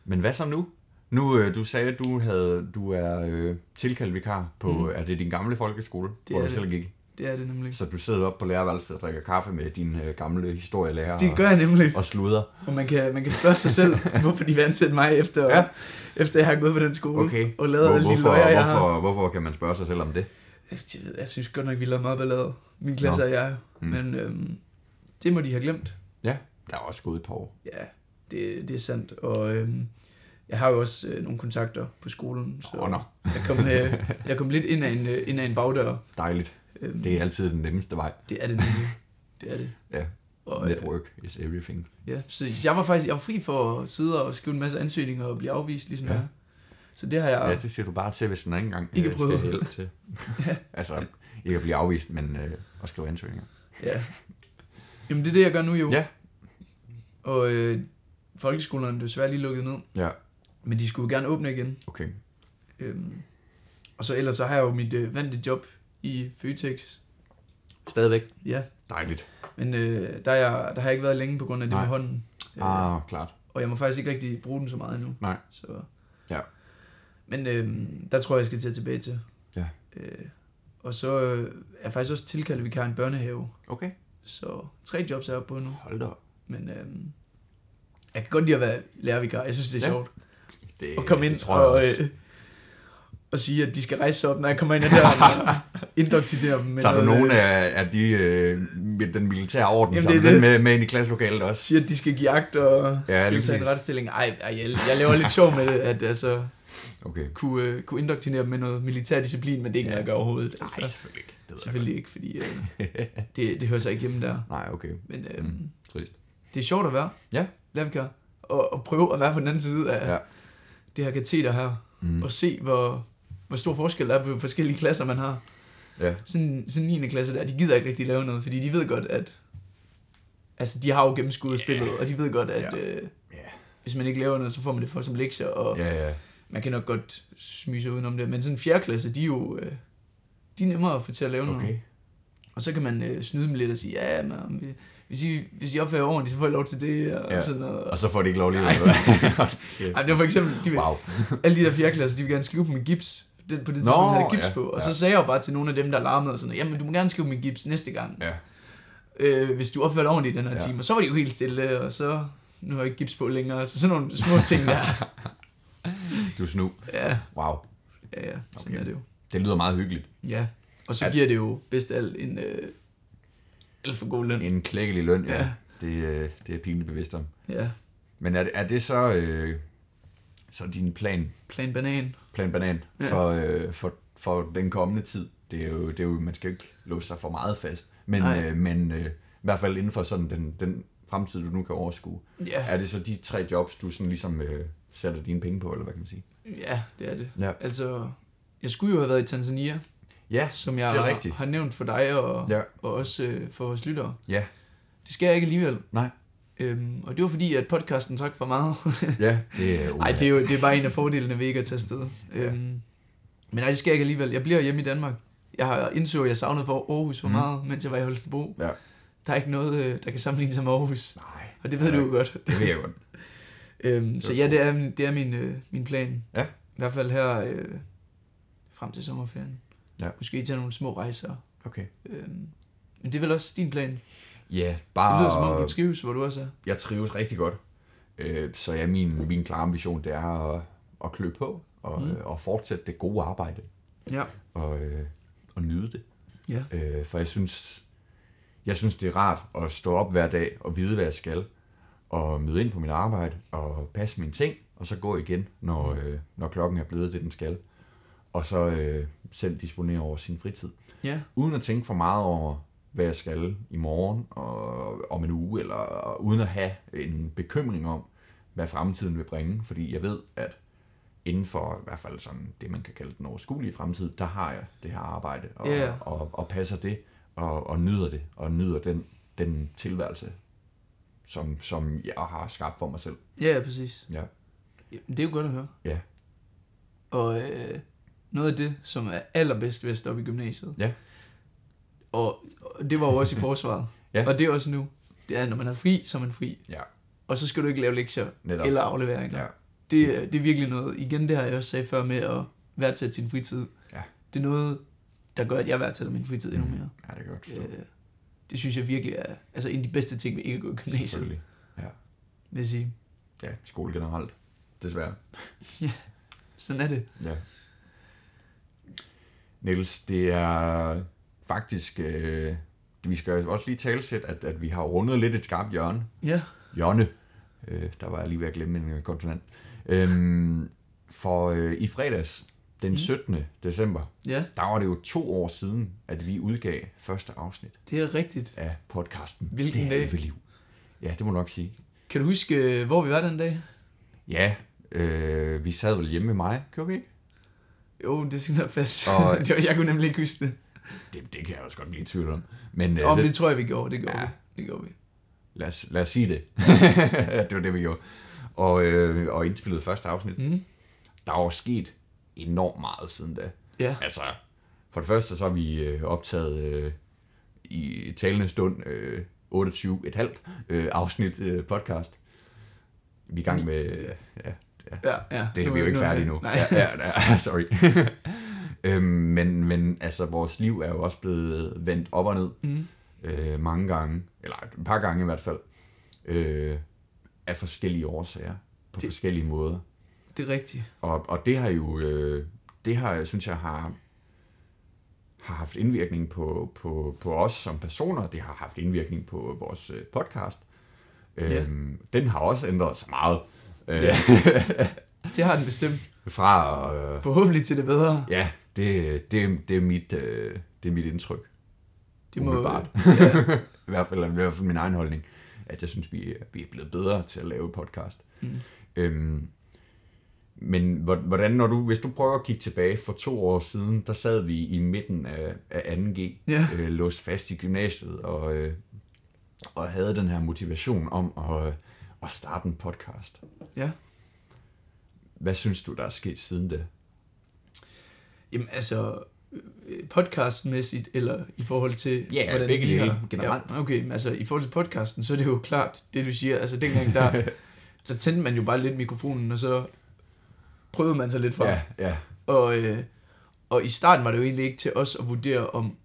S1: Men hvad så nu? Nu, øh, du sagde, at du, havde, du er øh, tilkaldt vikar på,
S2: Mm.
S1: mm. er det din gamle folkeskole, det hvor
S2: er
S1: du
S2: det.
S1: selv gik?
S2: Det er det nemlig.
S1: Så du sidder op på lærerværelset og drikker kaffe med din øh, gamle historielærer
S2: Det gør jeg nemlig.
S1: og, og sluder.
S2: Og man kan, man kan spørge sig selv, hvorfor de vil ansætte mig, efter, ja.
S1: Ja.
S2: efter jeg har gået på den skole
S1: Okay.
S2: og lavet alle de
S1: hvorfor,
S2: løjer, jeg har.
S1: hvorfor, hvorfor kan man spørge sig selv om det?
S2: Jeg, ved, jeg synes godt nok, vi lavede meget ballade, min klasse
S1: Nå.
S2: og jeg.
S1: Mm.
S2: Men øhm, det må de have glemt.
S1: Ja, der er også gået et par år.
S2: Ja, det, det er sandt. Og øhm, jeg har jo også øh, nogle kontakter på skolen, så
S1: Åh, nå.
S2: jeg, kom, øh, jeg kom lidt ind ad en, øh, ind ad en bagdør.
S1: Dejligt.
S2: Øhm, det.
S1: Det er altid den nemmeste vej.
S2: det er det nemlig. Det er det.
S1: Ja.
S2: Og, øh,
S1: Network is everything.
S2: Ja, så jeg var faktisk jeg var fri for at sidde og skrive en masse ansøgninger og blive afvist, ligesom ja.
S1: Ja.
S2: jeg. er. Så det har jeg...
S1: Ja, det siger du bare til, hvis den anden gang
S2: Ikke
S1: øh,
S2: prøvet.
S1: skal hjælp til. altså, ikke at blive afvist, men øh, at skrive ansøgninger.
S2: Ja. Jamen, det er det, jeg gør nu jo.
S1: Ja.
S2: Og øh, folkeskolerne blev svært lige lukket ned,
S1: Ja,
S2: men de skulle jo gerne åbne igen.
S1: okay.
S2: Øhm, og så ellers så har jeg jo mit øh, vante job i Føtex.
S1: Stadigvæk.
S2: Ja,
S1: Dejligt.
S2: men øh, der, er jeg, der har jeg ikke været længe på grund af det
S1: Nej.
S2: med hånden. Øh,
S1: Ah, klart.
S2: Og jeg må faktisk ikke rigtig bruge den så meget endnu.
S1: Nej.
S2: Så.
S1: Ja.
S2: Men øh, der tror jeg, jeg skal til at tilbage til.
S1: Ja.
S2: Øh, og så øh, er jeg faktisk også tilkaldt, at vi kan have en børnehave.
S1: Okay.
S2: Så tre jobs er jeg oppe på nu.
S1: Hold da op.
S2: Men øhm, jeg kan godt lide at være lærervikar. Jeg synes, det er ja.
S1: Ja.
S2: sjovt
S1: Det,
S2: at komme
S1: det
S2: ind
S1: tror jeg
S2: og,
S1: også.
S2: øh, og sige, at de skal rejse sig op, når jeg kommer ind ad døren og indoktitere dem. med
S1: Tager du
S2: noget,
S1: nogen
S2: øh,
S1: af, af de, øh, med den militære orden,
S2: Jamen,
S1: Jamen, tager
S2: det
S1: du
S2: er
S1: den med, med ind i klasselokalet også?
S2: Siger, at de skal give agt og ja,
S1: Ja,
S2: stille
S1: lige
S2: sig i en
S1: præcis.
S2: retsstilling. Ej, ej jeg, jeg laver lidt sjov med det, at altså,
S1: Okay.
S2: kunne, øh, kunne indoktinere dem med noget militær disciplin, men det er ikke
S1: Ja.
S2: noget, jeg gør overhovedet. Altså,
S1: Nej, selvfølgelig ikke. Det ved jeg
S2: selvfølgelig ikke, fordi øh, det, det hører sig ikke hjemme der.
S1: godt. Nej, okay.
S2: Men øh,
S1: Mm. Trist.
S2: det er sjovt at være
S1: Ja.
S2: lærervikar og, og prøve at være på den anden side af ja.
S1: Ja.
S2: det her kateter her.
S1: Mm.
S2: og se, hvor, hvor stor forskel der er på forskellige klasser, man har.
S1: Ja.
S2: Sådan, sådan 9. klasse der, de gider ikke rigtig lave noget, fordi de ved godt, at... Altså, de har jo gennemskuddet yeah. spillet, og de ved godt, at
S1: Ja.
S2: øh,
S1: Ja.
S2: hvis man ikke laver noget, så får man det for som lektier, og yeah.
S1: Ja, ja.
S2: man kan nok godt smyge sig udenom det. Men sådan 4. klasse, de er jo... Øh, de er nemmere at få til at lave noget.
S1: Okay.
S2: Og så kan man øh, snyde dem lidt og sige, ja, men om vi- hvis I, hvis I opfører jer ordentligt, så får I lov til det, og
S1: Ja.
S2: sådan noget.
S1: Og så får de ikke lov lige
S2: Nej.
S1: at
S2: Ej, det var for eksempel, de,
S1: Wow.
S2: alle de der fjerdeklasser, de ville gerne skrive på min gips. Den, på det
S1: Nå,
S2: tidspunkt Nå, havde jeg gips
S1: ja,
S2: på. Og
S1: ja.
S2: så sagde jeg jo bare til nogle af dem, der larmede og sådan noget, jamen du må gerne skrive min gips næste gang,
S1: Ja.
S2: øh, hvis du opfører dig ordentligt i den her
S1: Ja.
S2: time. Og så var de jo helt stille, og så nu har jeg ikke gips på længere. Så sådan nogle små ting der.
S1: Du er snu.
S2: Ja,
S1: Wow.
S2: ja, ja. Sådan
S1: Okay.
S2: er det jo.
S1: Det lyder meget hyggeligt.
S2: Ja. Og så
S1: Ja.
S2: giver det jo bedst af alt en øh, alt for god løn.
S1: En klækkelig løn, ja.
S2: Ja.
S1: Det, øh, det er jeg pinligt bevidst om.
S2: Ja.
S1: Men er det, er det så, øh, så din plan,
S2: Plan banan.
S1: plan banan,
S2: Ja.
S1: for, øh, for, for den kommende tid? Det er jo, det er jo man skal jo ikke låse sig for meget fast, men,
S2: Nej.
S1: øh, men øh, i hvert fald inden for sådan den, den fremtid, du nu kan overskue.
S2: Ja.
S1: Er det så de tre jobs, du sådan ligesom øh, sætter dine penge på, eller hvad kan man sige?
S2: ja, det er det.
S1: Ja,
S2: Altså, jeg skulle jo have været i Tanzania,
S1: ja,
S2: som jeg
S1: Det er
S2: har,
S1: rigtigt.
S2: har nævnt for dig og,
S1: ja,
S2: og også øh, for vores lyttere.
S1: ja,
S2: Det skal jeg ikke alligevel.
S1: nej,
S2: Øhm, og det var fordi, at podcasten trak for meget.
S1: Oh, ja, det er jo...
S2: Nej, det er jo det er bare en af fordelene ved ikke at tage afsted. Øhm, men nej, det skal jeg ikke alligevel. Jeg bliver hjemme i Danmark. Jeg har indså, at jeg savnede for Aarhus for mm.
S1: Mhm.
S2: meget, mens jeg var i Holstebro.
S1: Ja.
S2: Der er ikke noget, øh, der kan sammenligne sig med Aarhus.
S1: Nej,
S2: Og det ved
S1: Ja.
S2: du jo godt.
S1: det ved jeg godt.
S2: Øhm, så
S1: var
S2: ja,
S1: smart.
S2: det er, min- det er min, øh, min plan.
S1: Ja.
S2: I hvert fald her øh, frem til sommerferien.
S1: Ja.
S2: Måske tage nogle små rejser.
S1: Okay.
S2: Øhm, men det er vel også din plan. Det
S1: Ja,
S2: lyder som
S1: bare...
S2: om, du trives, hvor du også er.
S1: jeg trives rigtig godt. Øh, så ja, min, min klare ambition, det er at, at klø på og,
S2: Mm.
S1: mm. og fortsætte det gode arbejde
S2: Ja.
S1: og, øh, og nyde det.
S2: Ja.
S1: Øh, for jeg synes, jeg synes, det er rart at stå op hver dag og vide, hvad jeg skal, og møde ind på mit arbejde og passe mine ting, og så gå igen, når, øh, når klokken er blevet det, den skal. Og så øh, selv disponere over sin fritid.
S2: Ja.
S1: Uden at tænke for meget over, hvad jeg skal i morgen og om en uge, eller uden at have en bekymring om, hvad fremtiden vil bringe, fordi jeg ved, at inden for i hvert fald sådan det, man kan kalde den overskuelige fremtid, der har jeg det her arbejde, og,
S2: Ja, ja.
S1: og, og passer det, og, og nyder det, og nyder den, den tilværelse, som, som jeg har skabt for mig selv.
S2: Ja, ja, præcis.
S1: Ja.
S2: Jamen, det er jo godt at høre.
S1: Ja.
S2: Og øh, noget af det, som er allerbedst ved at stoppe i gymnasiet,
S1: Ja.
S2: og, og det var jo også i forsvaret,
S1: Ja.
S2: og det er også nu, det er, når man er fri, så er man fri.
S1: Ja.
S2: Og så skal du ikke lave lektier
S1: Netop.
S2: eller afleveringer.
S1: Ja.
S2: Det, er- det er virkelig noget, igen det har jeg også sagde før med at værdsætte sin fritid.
S1: Ja.
S2: Det er noget, der gør, at jeg værdsætter min fritid endnu
S1: Mm.
S2: mere.
S1: Ja, det kan jeg godt forstå.
S2: Øh, det synes jeg virkelig er altså en af de bedste ting ved ikke at gå i gymnasiet,
S1: Selvfølgelig.
S2: vil jeg sige.
S1: Ja, skole generelt. Desværre.
S2: Sådan er det.
S1: Ja. Niels, det er faktisk... Øh, vi skal også lige talsætte, at, at vi har rundet lidt et skarpt hjørne.
S2: Ja,
S1: Hjørne. Øh, der var jeg lige ved at glemme en øh, konsonant. Øhm, for øh, i fredags, den 17. december,
S2: ja,
S1: der var det jo to år siden, at vi udgav første afsnit
S2: det er rigtigt.
S1: af podcasten.
S2: Hvilken
S1: det
S2: dag?
S1: halve liv. Ja, det må du nok sige.
S2: Kan du huske, øh, hvor vi var den dag?
S1: Ja, øh, vi sad vel hjemme med mig, gjorde vi ikke?
S2: Jo, det skal nok passe.
S1: Og-
S2: Og... det var, jeg kunne nemlig ikke huske det.
S1: Det, det kan jeg også godt blive i tvivl om. Men øh,
S2: Om
S1: det,
S2: det tror jeg, vi gjorde. Det gjorde
S1: Ja.
S2: ja. vi. Det gjorde vi.
S1: lad, os, lad os sige det. det var det, vi gjorde. Og, øh, og indspillede første afsnit.
S2: Mm.
S1: Der er jo sket enormt meget siden da.
S2: Ja,
S1: Altså, for det første så har vi øh, optaget øh, i talende stund øh, 28,5 øh, afsnit øh, podcast. Vi er i gang med... Øh, ja,
S2: ja, ja.
S1: det
S2: Nu
S1: er vi jo ikke
S2: nu
S1: færdige nu.
S2: Nej.
S1: Ja, ja, ja, sorry. øhm, men, men altså, vores liv er jo også blevet vendt op og ned
S2: Mm.
S1: øh, mange gange, eller et par gange i hvert fald, øh, af forskellige årsager, på det... forskellige måder.
S2: Det er rigtigt.
S1: Og, og det har jo, øh, det har, synes jeg, har, har haft indvirkning på, på, på os som personer. Det har haft indvirkning på vores øh, podcast. Øhm, Den har også ændret sig meget. Øh,
S2: Det har den bestemt.
S1: fra, øh,
S2: Forhåbentlig til det bedre.
S1: ja, det, det, det, er mit, øh, det er mit indtryk.
S2: Det må,
S1: Umiddelbart.
S2: ja,
S1: I hvert fald, eller i hvert fald min egen holdning, at jeg synes, vi, er- vi er blevet bedre til at lave podcast. Mm. Øhm, men hvor- hvordan, når du, hvis du prøver at kigge tilbage for to år siden, der sad vi i midten af, af 2G,
S2: Ja.
S1: øh, låst fast i gymnasiet, og, øh, og havde den her motivation om at, øh, at starte en podcast.
S2: ja.
S1: Hvad synes du, der er sket siden da?
S2: Jamen altså, øh, podcastmæssigt, eller i forhold til...
S1: Ja,
S2: hvordan
S1: begge
S2: vi har-
S1: dele, generelt.
S2: Ja, okay, men altså, i forhold til podcasten, så er det jo klart, det du siger. Altså, dengang, der, der tændte man jo bare lidt mikrofonen, og så prøvede man sig lidt for.
S1: ja,
S2: Og, øh, og i starten var det jo egentlig ikke til os at vurdere, om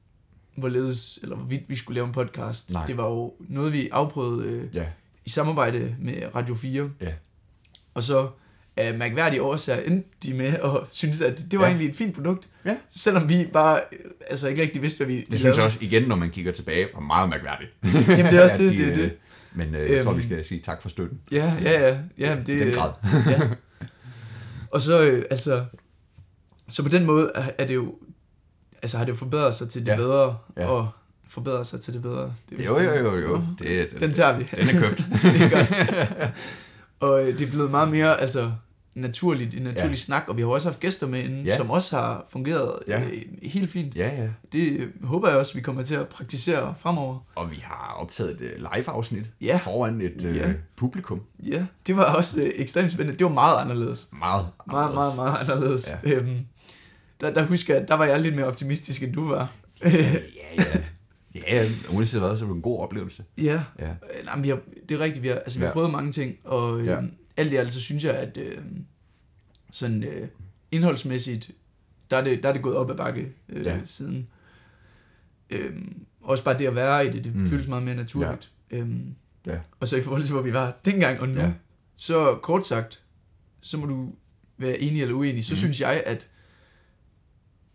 S2: hvorledes, eller hvorvidt vi skulle lave en podcast.
S1: Nej.
S2: Det var jo noget, vi afprøvede øh,
S1: ja,
S2: i samarbejde med Radio 4.
S1: ja.
S2: Og så af mærkværdige årsager endte de med at synes, at det var
S1: Ja.
S2: ja. egentlig et fint produkt.
S1: Ja.
S2: Selvom vi bare øh, altså ikke rigtig vidste, hvad vi
S1: Det synes jeg også, igen, når man kigger tilbage, var meget mærkværdigt.
S2: Jamen, det er også
S1: At
S2: det,
S1: de,
S2: det er
S1: øh,
S2: det.
S1: Men øh, jeg tror,
S2: Øhm.
S1: vi skal sige tak for støtten.
S2: Ja, ja, ja. ja men det,
S1: Den grad.
S2: ja. Og så, øh, altså, så på den måde er er det jo, altså har det jo forbedret sig til det
S1: Ja.
S2: ja. bedre,
S1: Ja.
S2: ja. og forbedret sig til det bedre. Det er
S1: Jo,
S2: vist
S1: jo,
S2: det.
S1: jo, jo. Det, den,
S2: Den tager vi.
S1: den er købt.
S2: det er godt. Og øh, det er blevet meget mere, altså, naturligt, en naturlig
S1: Ja.
S2: ja. snak, og vi har jo også haft gæster med inden,
S1: Ja.
S2: ja. som også har fungeret
S1: Ja.
S2: ja. øh, helt fint.
S1: ja, ja.
S2: Det øh, håber jeg også, vi kommer til at praktisere fremover.
S1: Og vi har optaget et øh, live-afsnit
S2: Ja.
S1: foran et øh,
S2: Ja.
S1: publikum.
S2: Ja, det var også øh, ekstremt spændende. Det var meget anderledes.
S1: Meget,
S2: Meget, meget, meget anderledes.
S1: Ja.
S2: Ja. Øhm, der, der husker jeg, at der var jeg lidt mere optimistisk, end du var.
S1: Øh, Ja, ja. Ja, ja. Uanset hvad, så var det en god oplevelse.
S2: ja,
S1: Ja.
S2: Øh, nej, men vi har, det er rigtigt. Vi har, altså, vi har
S1: Ja.
S2: prøvet mange ting, og øh,
S1: Ja.
S2: ja. alt i alt, så synes jeg, at øh, sådan øh, indholdsmæssigt, der er, det, der er det gået op ad bakke øh,
S1: Ja.
S2: ja. siden. Øh, også bare det at være i det, det
S1: Mm.
S2: mm. føles meget mere naturligt. Ja. Øhm,
S1: Ja.
S2: Og så i forhold til, hvor vi var dengang og nu,
S1: Ja.
S2: ja. så kort sagt, så må du være enig eller uenig, så
S1: Mm.
S2: mm. synes jeg, at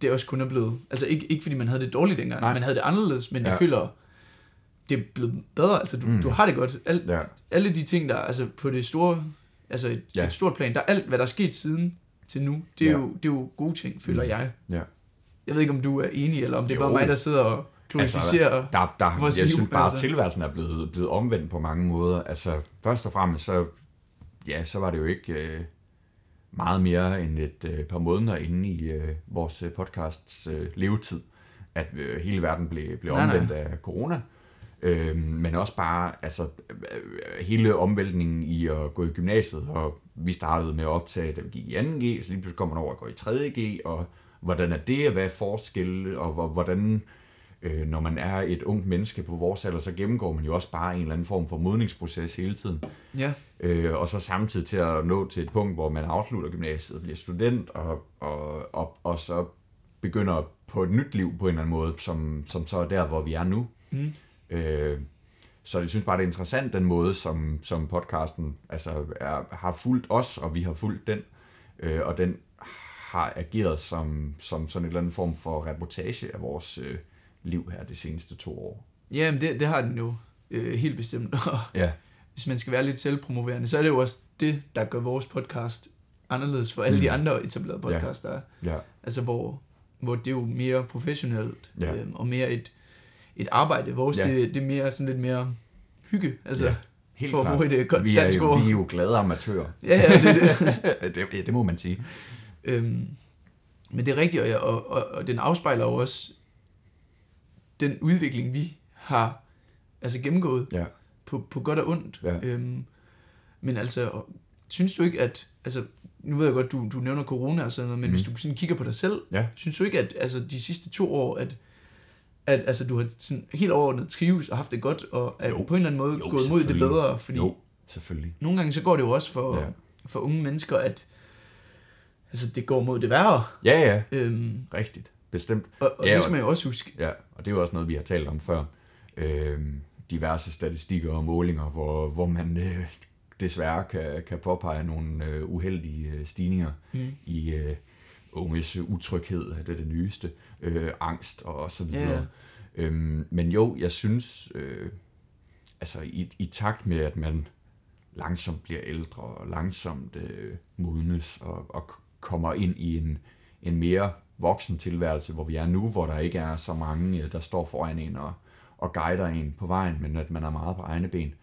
S2: det også kun er blevet, altså ikke, ikke fordi man havde det dårligt dengang,
S1: Nej.
S2: Nej. man havde det anderledes, men ja.
S1: Ja.
S2: jeg føler, det er blevet bedre, altså du,
S1: Mm.
S2: mm. du har det godt. Al,
S1: Ja.
S2: ja. Alle de ting, der altså på det store, altså et,
S1: Ja.
S2: ja. et stort plan, der alt, hvad der er sket siden til nu, det er,
S1: Ja.
S2: ja. jo, det er jo gode ting, føler
S1: Mm.
S2: jeg.
S1: Ja.
S2: Jeg ved ikke, om du er enig, eller om det er
S1: Jo. Altså,
S2: bare mig, der sidder og glorificerer...
S1: der, der,
S2: vores
S1: jeg
S2: liv,
S1: synes bare, at
S2: altså.
S1: tilværelsen er blevet, blevet omvendt på mange måder. Altså, først og fremmest, så, ja, så var det jo ikke øh, meget mere end et øh, par måneder inde i øh, vores øh, podcasts øh, levetid, at øh, hele verden blev, blev
S2: Nej, nej.
S1: omvendt af corona. Øh, men også bare altså, øh, hele omvæltningen i at gå i gymnasiet, og vi startede med at optage, da vi gik i 2G, så lige pludselig kommer man over og går i 3G, og hvordan er det, og hvad er forskelle, og hvor- hvordan, øh, når man er et ungt menneske på vores alder, så gennemgår man jo også bare en eller anden form for modningsproces hele tiden.
S2: Ja,
S1: Øh, og så samtidig til at nå til et punkt, hvor man afslutter gymnasiet, bliver student, og, og, og, og så begynder på et nyt liv på en eller anden måde, som, som så er der, hvor vi er nu.
S2: Mm.
S1: Øh, så jeg synes bare, det er interessant, den måde, som, som podcasten altså, er, har fulgt os, og vi har fulgt den, øh, og den har ageret som, som sådan en eller anden form for reportage af vores øh, liv her de seneste to år.
S2: ja men det, det har den jo øh, helt bestemt. Og
S1: Ja,
S2: hvis man skal være lidt selvpromoverende, så er det jo også det, der gør vores podcast anderledes for alle de andre etablerede podcasts, der er.
S1: Mm. ja,
S2: Altså, hvor, hvor det er jo mere professionelt,
S1: Ja.
S2: øhm, og mere et, et arbejde. Vores,
S1: Ja.
S2: ja. det, det er mere sådan lidt mere hygge, altså,
S1: Ja.
S2: ja.
S1: helt
S2: for at
S1: klart.
S2: bruge et øh, godt
S1: vi, er
S2: dansk
S1: jo,
S2: ord.
S1: vi er jo glade amatører.
S2: Ja, ja, det, er det.
S1: det, det må man sige.
S2: Øhm, men det er rigtigt, og, jeg- og, og, og den afspejler jo også den udvikling, vi har altså gennemgået
S1: Ja.
S2: på, på godt og ondt.
S1: Ja.
S2: Øhm, men altså, og- synes du ikke, at... Altså, nu ved jeg godt, du, du nævner corona og sådan noget, men mm. hvis
S1: Mhm.
S2: du sådan kigger på dig selv,
S1: Ja.
S2: synes du ikke, at altså, de sidste to år, at, at altså, du har sådan helt overordnet trives og haft det godt, og er
S1: Jo.
S2: på en eller anden måde
S1: Jo,
S2: gået mod det
S1: selvfølgelig.
S2: bedre? Fordi
S1: Jo, selvfølgelig.
S2: nogle gange så går det jo også for,
S1: Ja.
S2: ja. for unge mennesker, at altså, det går mod det værre.
S1: Ja, ja,
S2: Øhm,
S1: rigtigt. Bestemt.
S2: og
S1: Ja,
S2: og ja, det
S1: og-
S2: skal man jo også huske.
S1: Ja, og det er jo også noget, vi har talt om før. Øhm, diverse statistikker og målinger, hvor, hvor man øh, desværre kan, kan påpege nogle øh, uheldige øh, stigninger mm. i øh, unges utryghed, er det det nyeste, øh, angst og, og så videre.
S2: Ja, ja.
S1: Øhm, men jo, jeg synes, øh, altså i, i takt med, at man langsomt bliver ældre og langsomt øh, modnes og, og k- kommer ind i en, en mere voksen tilværelse, hvor vi er nu, hvor der ikke er så mange, øh, der står foran en og, og guider en på vejen, men at man er meget på egne ben.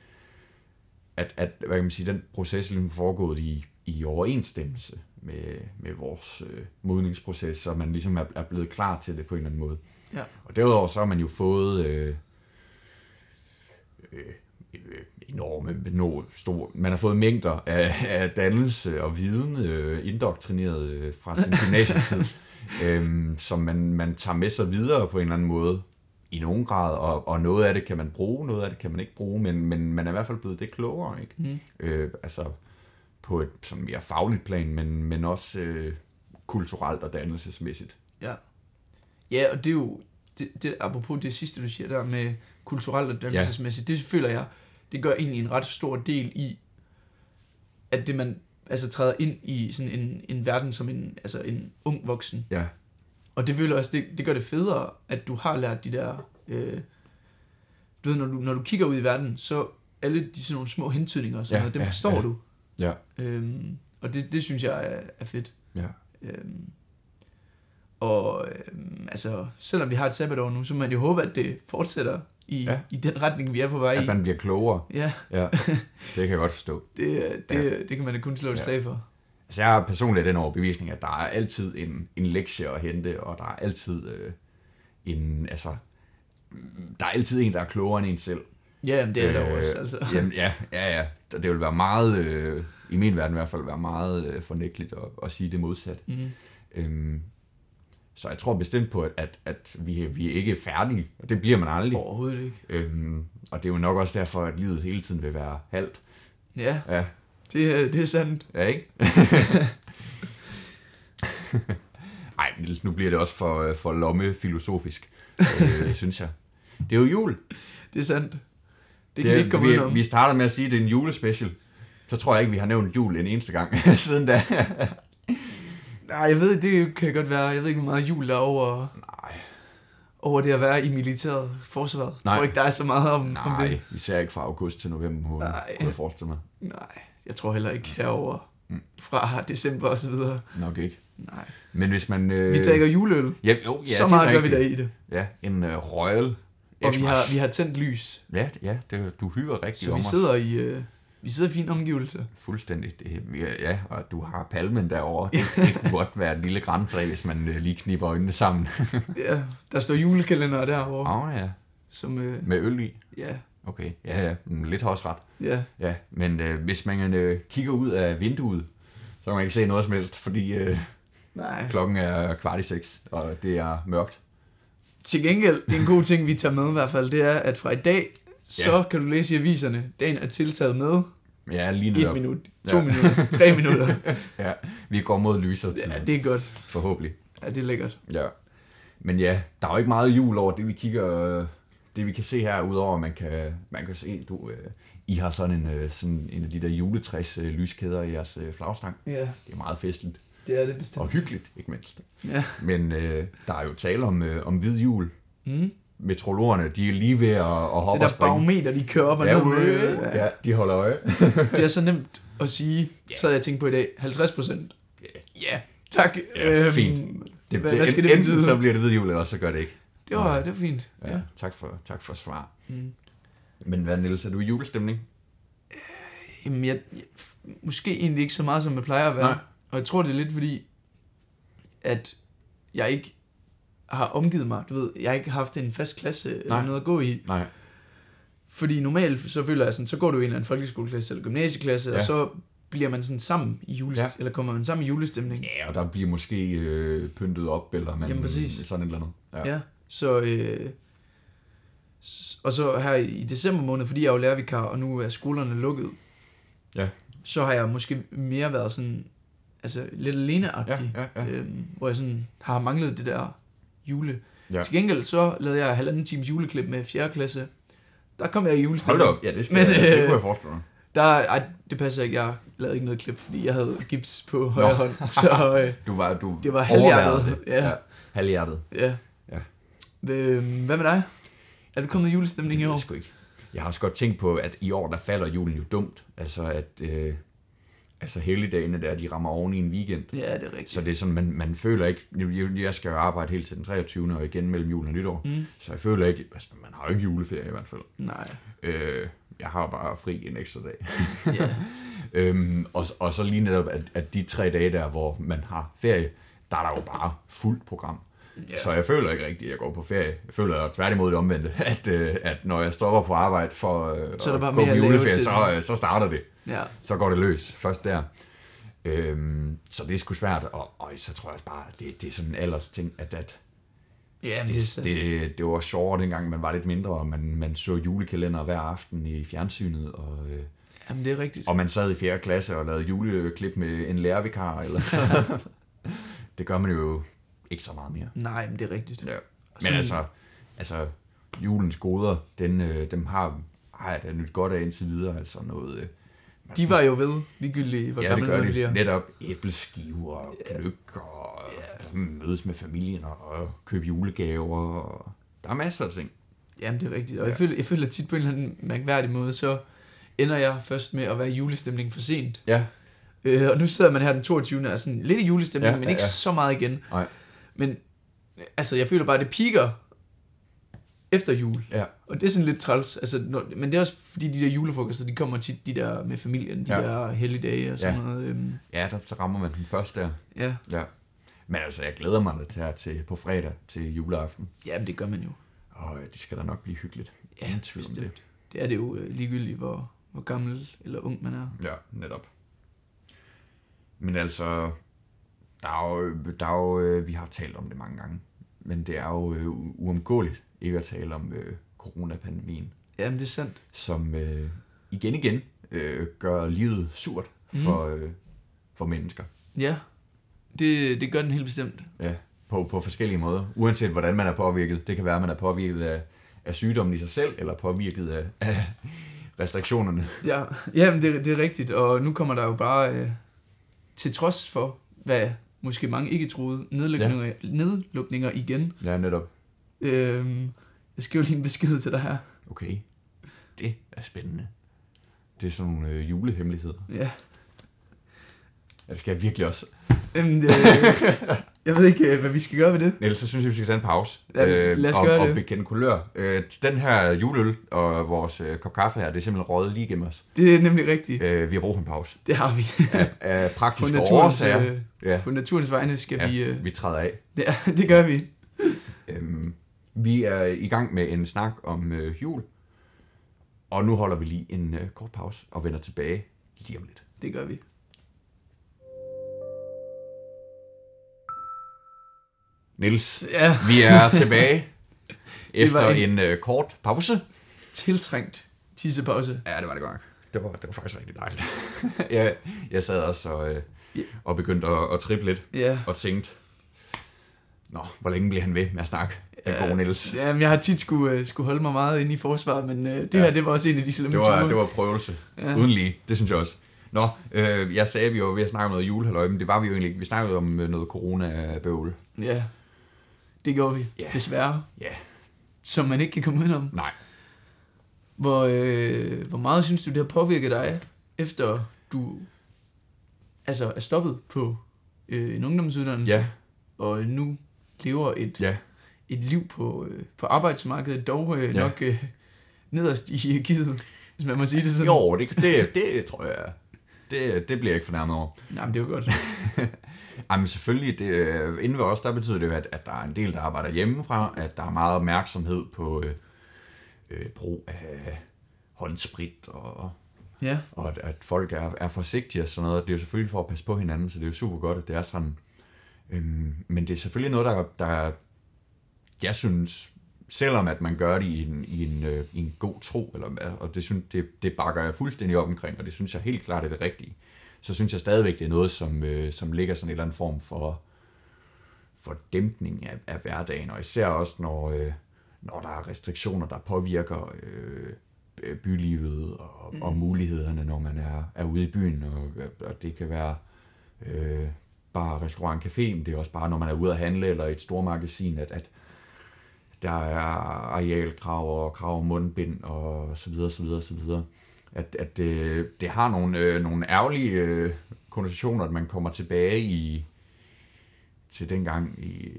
S1: At, at hvad kan man sige, den proces er ligesom foregået i, i overensstemmelse med, med vores øh, modningsproces, så man ligesom er, er blevet klar til det på en eller anden måde.
S2: Ja.
S1: Og derudover så har man jo fået øh, øh, enorme, no, store, man har fået mængder af, af dannelse og viden øh, indoktrineret øh, fra sin gymnasietid, øh, som man, man tager med sig videre på en eller anden måde i nogen grad, og, og noget af det kan man bruge, noget af det kan man ikke bruge, men, men man er i hvert fald blevet det klogere, ikke? Mm. Øh, altså på et sådan mere fagligt plan, men, men også øh, kulturelt og dannelsesmæssigt.
S2: Ja. Ja, og det er jo, det, det, apropos det sidste, du siger der med kulturelt og dannelsesmæssigt, ja. det føler jeg, det gør egentlig en ret stor del i, at det man altså træder ind i sådan en, en verden som en, altså en ung voksen.
S1: Ja,
S2: Og det føler jeg også, det, det gør det federe, at du har lært de der, øh, du ved, når du, når du kigger ud i verden, så alle de sådan nogle små hentydninger og sådan
S1: Ja,
S2: ja, noget, dem
S1: ja,
S2: ja, forstår
S1: ja.
S2: du.
S1: ja,
S2: Øhm, og det, det synes jeg er, er fedt.
S1: ja.
S2: Øhm, og øhm, altså, selvom vi har et sabbatår nu, så må man jo håbe, at det fortsætter i,
S1: Ja.
S2: ja. i den retning, vi er på vej i.
S1: At man bliver klogere.
S2: Ja,
S1: Ja, det kan jeg godt forstå.
S2: det, det, ja. det kan man da kun slå et
S1: Ja.
S2: slag for.
S1: Altså jeg er personligt af den overbevisning, at der er altid en, en lektie at hente, og der er altid øh, en, altså, mm, der er altid en, der er klogere end en selv.
S2: Ja, jamen, det er øh, der jo også,
S1: Øh,
S2: altså.
S1: Jamen, ja, ja, ja. Det vil være meget, øh, i min verden i hvert fald, være meget øh, fornægteligt at, at sige det modsatte.
S2: Mhm.
S1: Øhm, så jeg tror bestemt på, at, at, at vi, vi er ikke færdige, og det bliver man aldrig.
S2: Overhovedet ikke.
S1: Øhm, og det er jo nok også derfor, at livet hele tiden vil være halvt.
S2: Ja,
S1: Ja,
S2: det, er- det er sandt.
S1: Ja, ikke? Ej, Niels, nu bliver det også for, øh, for lomme filosofisk, øh, synes jeg. Det er jo jul.
S2: Det er sandt. Det kan vi ikke komme
S1: vi,
S2: udenom.
S1: vi starter med at sige, at det er en julespecial. Så tror jeg ikke, vi har nævnt jul en eneste gang siden da.
S2: Nej, jeg ved, det kan godt være. Jeg ved ikke, hvor meget jul der er over,
S1: Nej,
S2: over det at være i militæret forsvaret. Jeg
S1: Nej.
S2: tror ikke, der er så meget om, om det.
S1: nej, især ikke fra august til november måned,
S2: Nej.
S1: kunne jeg forestille mig.
S2: Nej, jeg tror heller ikke herover
S1: Mm.
S2: fra december og så videre.
S1: Nok ikke.
S2: Nej.
S1: Men hvis man... Øh,
S2: Vi drikker juleøl.
S1: Ja, jo, ja,
S2: så
S1: det
S2: meget
S1: er
S2: gør vi
S1: rigtigt.
S2: der i det.
S1: Ja, en øh, Royal
S2: Og vi
S1: Express.
S2: har, vi har tændt lys,
S1: Ja, ja det, du hyrer rigtig
S2: så
S1: om
S2: vi
S1: os.
S2: sidder i, øh, vi sidder i fine omgivelser.
S1: Fuldstændig. Det- ja, Ja, og du har palmen derovre. Det, det kunne godt være et lille græntræ, hvis man øh, lige kniber øjnene sammen.
S2: Ja, der står julekalender derovre,
S1: Åh oh, ja,
S2: som, øh,
S1: med øl i.
S2: ja,
S1: Okay, ja, ja, mm, lidt har også ret.
S2: ja,
S1: Ja, men øh, hvis man øh, kigger ud af vinduet, så kan man ikke se noget som helst, fordi øh,
S2: nej.
S1: klokken er kvart i seks, og det er mørkt.
S2: Til gengæld, en god ting, vi tager med i hvert fald, det er, at fra i dag, så
S1: Ja.
S2: kan du læse i aviserne, dagen er tiltaget med
S1: Ja, lige
S2: et
S1: netop.
S2: minut, to
S1: Ja.
S2: minutter, tre minutter.
S1: Ja, vi går mod lysere tid,
S2: Ja, det er godt.
S1: forhåbentlig.
S2: Ja, det er lækkert.
S1: Ja. Men ja, der er jo ikke meget jul over det, vi kigger... øh, Det, vi kan se her, udover at man kan, man kan se, du, øh, I har sådan en, øh, sådan en af de der juletræs øh, lyskæder i jeres øh, flagstang.
S2: Ja,
S1: Det er meget festligt
S2: det er det bestemt.
S1: og hyggeligt, ikke mindst.
S2: Ja.
S1: Men øh, der er jo tale om, øh, om hvid jul.
S2: Mm.
S1: Metrologerne, de er lige ved at, at hoppe
S2: Det
S1: og
S2: der
S1: springe.
S2: barometer, de kører op og ned med.
S1: øh, ja, de holder øje.
S2: Det er så nemt at sige, så havde jeg tænkt på i dag, 50 procent. Ja, tak.
S1: Ja, fint.
S2: Det,
S1: Det,
S2: hvad,
S1: det,
S2: hvad skal det
S1: enten
S2: betyde?
S1: så bliver det hvid jul, eller også så gør det ikke.
S2: Det, var, det var fint. Ja.
S1: Ja, tak for, tak for svar.
S2: Mm.
S1: Men hvad, Niels, er du i julestemning?
S2: Jamen, jeg, jeg, måske egentlig ikke så meget, som jeg plejer at være.
S1: Nej.
S2: Og jeg tror, det er lidt fordi, at jeg ikke har omgivet mig, du ved, jeg har ikke haft en fast klasse Nej. eller
S1: Nej.
S2: noget at gå i.
S1: Nej.
S2: Fordi normalt, så føler jeg sådan, så går du i en eller anden folkeskoleklasse eller gymnasieklasse, ja. og
S1: Ja.
S2: så bliver man sådan sammen i julest- ja.
S1: Ja.
S2: eller kommer man sammen i julestemning.
S1: Ja, og der bliver måske øh, pyntet op, eller man,
S2: Jamen, præcis.
S1: sådan et eller andet.
S2: Ja. Så, øh, s- og så her i december måned, fordi jeg er jo lærervikar, og nu er skolerne lukket,
S1: Ja.
S2: så har jeg måske mere været sådan, altså lidt aleneagtig,
S1: Ja, ja, ja.
S2: Øhm, hvor jeg sådan har manglet det der jule.
S1: Ja.
S2: Til gengæld så lavede jeg halvanden times juleklip med 4. klasse. Der kom jeg i
S1: Hold
S2: julestemning.
S1: da op. Ja, det, skal
S2: Men,
S1: Men, jeg, det
S2: øh,
S1: kunne jeg forestille mig.
S2: Der, ej, det passer ikke. Jeg lavede ikke noget klip, fordi jeg havde gips på højre hånd. Så øh,
S1: Du var, du
S2: det var
S1: overværede
S2: halvhjertet.
S1: det. Ja. Halvhjertet.
S2: Ja.
S1: Ja.
S2: Øhm, hvad med dig? Er du kommet i julestemning i
S1: Det
S2: år?
S1: er sgu ikke. Jeg har også godt tænkt på, at i år, der falder julen jo dumt. Altså, at øh, altså helligdagene der, de rammer oven i en weekend.
S2: Ja, det er rigtigt.
S1: Så det er sådan, man, man føler ikke, jeg, jeg skal jo arbejde helt til den 23. og igen mellem jul og nytår.
S2: Mm.
S1: Så jeg føler ikke, altså, man har jo ikke juleferie i hvert fald.
S2: Nej.
S1: Øh, jeg har jo bare fri en ekstra dag.
S2: Ja.
S1: Øhm, og, og så lige netop, at, at de tre dage der, hvor man har ferie, der er der jo bare fuldt program.
S2: Ja.
S1: Yeah. Så jeg føler ikke rigtigt, at jeg går på ferie. Jeg føler tværtimod det omvendte, at, øh, at når jeg stopper på arbejde for øh,
S2: Så er der bare
S1: at gå
S2: mere
S1: på
S2: at lave
S1: juleferie,
S2: til
S1: så, øh, så starter det.
S2: ja.
S1: Så går det løs først der. Øhm, så det er sgu svært, og, og så tror jeg også bare, at det, det er sådan en alders ting, at, at
S2: Ja, men
S1: det,
S2: det, det,
S1: det, det var sjovere dengang, man var lidt mindre, og man, man så julekalender hver aften i fjernsynet, og... Øh,
S2: jamen, det er rigtigt.
S1: og man sad i 4. klasse og lavede juleklip med en lærervikar, eller så. det gør man jo ikke så meget mere.
S2: Nej, men det er rigtigt.
S1: Ja. Men
S2: Sådan-
S1: altså, altså, julens goder, den, øh, dem har, har jeg da nyt godt af indtil videre. Altså noget, øh, man
S2: De var jo ved, ligegyldigt hvor
S1: spiser- ja, det
S2: gammel
S1: gør
S2: man
S1: de.
S2: bliver.
S1: Netop æbleskiver og gløk, og øh, mødes med familien og købe julegaver. Og der er masser af ting.
S2: Jamen, det er rigtigt. Og
S1: Ja.
S2: jeg, føler, jeg føler tit på en eller anden mærkværdig måde, så ender jeg først med at være i julestemning for sent.
S1: Ja,
S2: Øh, og nu sidder man her den 22. og er sådan lidt i julestemning, ja,
S1: Ja,
S2: men
S1: ja,
S2: ikke
S1: ja.
S2: så meget igen.
S1: Nej.
S2: Men øh, altså, jeg føler bare, at det piker efter jul.
S1: ja,
S2: Og det er sådan lidt træls. Altså, når, men det er også fordi, de der julefrokoster, de kommer tit de der med familien, de ja.
S1: Ja.
S2: der helligdage og sådan ja.
S1: Ja.
S2: noget. Øhm,
S1: ja der, der rammer man den først der.
S2: ja.
S1: Ja. Men altså, jeg glæder mig da til, her til på fredag til juleaften.
S2: Jamen, det gør man jo.
S1: Og øh, det skal da nok blive hyggeligt.
S2: Ja,
S1: Ingen tvivl om
S2: bestemt. Det er det jo øh, ligegyldigt, hvor, hvor gammel eller ung man er.
S1: det. Ja, netop. Men altså, der er jo, der er jo, øh, vi har talt om det mange gange, men det er jo øh, u- uomgåeligt ikke at tale om øh, coronapandemien,
S2: Jamen, det er sandt.
S1: som øh, igen igen øh, gør livet surt
S2: Mm.
S1: for, øh, for mennesker.
S2: Ja, det, det gør den helt bestemt.
S1: Ja, på, på forskellige måder. Uanset hvordan man er påvirket. Det kan være, at man er påvirket af, af sygdommen i sig selv, eller påvirket af, af restriktionerne.
S2: Ja, jamen, det, det er rigtigt. Og nu kommer der jo bare, øh, til trods for, hvad måske mange ikke troede, nedlukninger, ja. nedlukninger igen.
S1: Ja, netop.
S2: Øhm, jeg skriver lige en besked til dig her.
S1: Okay. Det er spændende. Det er sådan nogle øh, julehemmeligheder.
S2: Ja.
S1: Ja, det skal jeg virkelig også.
S2: Jamen, øh, jeg ved ikke, øh, hvad vi skal gøre ved det.
S1: Ellers så synes jeg, vi skal tage en pause.
S2: Ja, lad os
S1: og,
S2: gøre
S1: og
S2: det.
S1: bekende kulør. Øh, den her juleøl og vores øh, kop kaffe her, det er simpelthen røget lige igennem os.
S2: Det er nemlig rigtigt.
S1: Øh, vi har brug for en pause.
S2: Det har vi.
S1: Af, af praktiske
S2: På naturens,
S1: årsager.
S2: øh,
S1: ja,
S2: På naturens vegne skal ja. vi...
S1: ja,
S2: Øh,
S1: vi træder af.
S2: ja, det gør vi.
S1: Øhm, vi er i gang med en snak om øh, jul. Og nu holder vi lige en øh, kort pause og vender tilbage lige om lidt.
S2: Det gør vi.
S1: Niels,
S2: Ja,
S1: vi er tilbage efter
S2: var
S1: en øh, kort pause.
S2: tiltrængt tissepause.
S1: Ja, det var det godt. nok. Det var, det var faktisk rigtig dejligt. jeg, jeg sad også og, øh, og begyndte at, at trippe lidt
S2: Ja.
S1: og tænkte, Nå, hvor længe bliver han ved med at snakke? Den gode Niels.
S2: Jamen, jeg har tit skulle, øh, skulle holde mig meget inde i forsvaret, men øh, det ja. her, det var også en af de slemme
S1: Det var,
S2: ture.
S1: det var prøvelse. Ja. Uden lige. Det synes jeg også. Nå, øh, jeg sagde, at vi var ved at snakke om noget julehalløj, men det var vi jo egentlig ikke. Vi snakkede om øh, noget corona-bøvl.
S2: Ja, det gjorde vi.
S1: Ja.
S2: Desværre.
S1: Ja.
S2: Som man ikke kan komme udenom.
S1: Nej.
S2: Hvor, øh, hvor meget synes du, det har påvirket dig, efter du altså, er stoppet på øh, en ungdomsuddannelse,
S1: Ja,
S2: og nu lever et,
S1: ja.
S2: et liv på, øh, på arbejdsmarkedet, dog øh,
S1: Ja.
S2: nok øh, nederst i hierarkiet, hvis man må sige det sådan.
S1: Jo, det, det, det tror jeg, det, det bliver jeg ikke fornærmet over.
S2: Nej, men det er jo godt.
S1: Ej, men selvfølgelig, det, øh, inden ved os, der betyder det jo, at, at der er en del, der arbejder hjemmefra, at der er meget opmærksomhed på øh, øh, brug af håndsprit, og,
S2: Ja,
S1: og at, at folk er, er forsigtige og sådan noget. Det er jo selvfølgelig for at passe på hinanden, så det er jo super godt, at det er sådan. Øhm, men det er selvfølgelig noget, der, der jeg synes, selvom at man gør det i en, i en, øh, i en god tro, eller, hvad, og det, synes, det, det bakker jeg fuldstændig op omkring, og det synes jeg helt klart er det rigtige, så synes jeg stadigvæk, det er noget, som, øh, som ligger sådan en eller anden form for, for dæmpning af, af hverdagen, og især også, når, øh, når der er restriktioner, der påvirker øh, øh, bylivet og, mm. og mulighederne, når man er, er ude i byen, og, og det kan være øh, bare restaurant, café, men det er også bare, når man er ude at handle eller i et stormagasin, at, at der er arealkrav og krav om mundbind og så videre, så videre, så videre. At, at det, det har nogle, øh, nogle ærgerlige øh, konnotationer, at man kommer tilbage i til dengang i,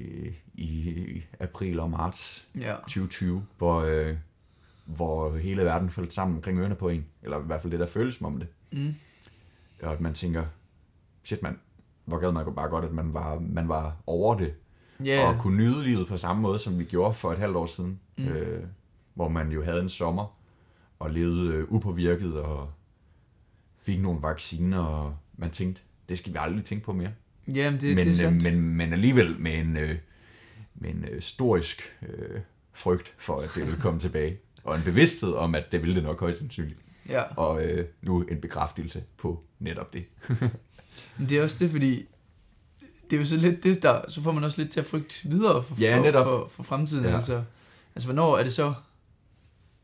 S1: i april og marts
S2: ja.
S1: 2020, hvor, øh, hvor hele verden faldt sammen omkring ørerne på en. Eller i hvert fald det, der føles som om det.
S2: Mm.
S1: Og at man tænker, shit mand, hvor gad man bare godt, at man var, man var over det
S2: Ja,
S1: og kunne nyde livet på samme måde, som vi gjorde for et halvt år siden, mm. øh, hvor man jo havde en sommer og levede øh, upåvirket og fik nogle vacciner, og man tænkte, det skal vi aldrig tænke på mere.
S2: Jamen, det,
S1: men,
S2: det er
S1: øh,
S2: sandt.
S1: men, men alligevel med en, øh, med en øh, storisk øh, frygt for, at det ville komme tilbage, og en bevidsthed om, at det ville det nok højst sandsynligt.
S2: Ja.
S1: Og øh, nu en bekræftelse på netop det.
S2: Men det er også det, fordi det er jo så lidt det, der, så får man også lidt til at frygte videre for,
S1: Ja,
S2: for,
S1: netop.
S2: for, for fremtiden.
S1: Ja.
S2: Ja. Altså, altså, hvornår er det så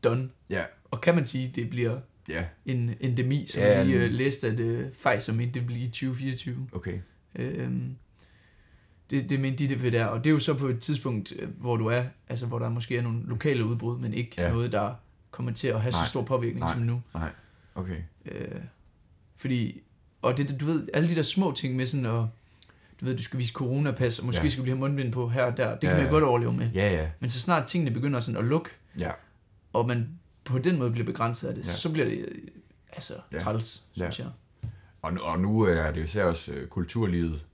S2: done?
S1: Ja,
S2: Og kan man sige, det bliver
S1: ja,
S2: en endemi, som
S1: Ja,
S2: ja, lige
S1: en-
S2: uh, læste, at uh, fejl som ikke det bliver i 2024.
S1: okay.
S2: Øhm, det, det mente de, det ved der. Og det er jo så på et tidspunkt, øh, hvor du er, altså hvor der måske er nogle lokale udbrud, men ikke
S1: Ja.
S2: ja. noget, der kommer til at have
S1: Nej.
S2: så stor påvirkning
S1: Nej.
S2: som nu.
S1: Nej, okay.
S2: Øh, fordi, og det, du ved, alle de der små ting med sådan, og du ved, du skal vise coronapas, og måske
S1: Ja.
S2: ja. skal du have mundbind på her og der, det kan
S1: Ja,
S2: ja, man
S1: ja.
S2: jo godt overleve med.
S1: Ja, ja,
S2: Men så snart tingene begynder sådan at lukke,
S1: ja.
S2: og man på den måde bliver begrænset af det,
S1: Ja.
S2: ja. så bliver det øh, altså
S1: Ja.
S2: ja. træls,
S1: Ja.
S2: synes jeg.
S1: Og nu, og nu er det jo især også øh, kulturlivet,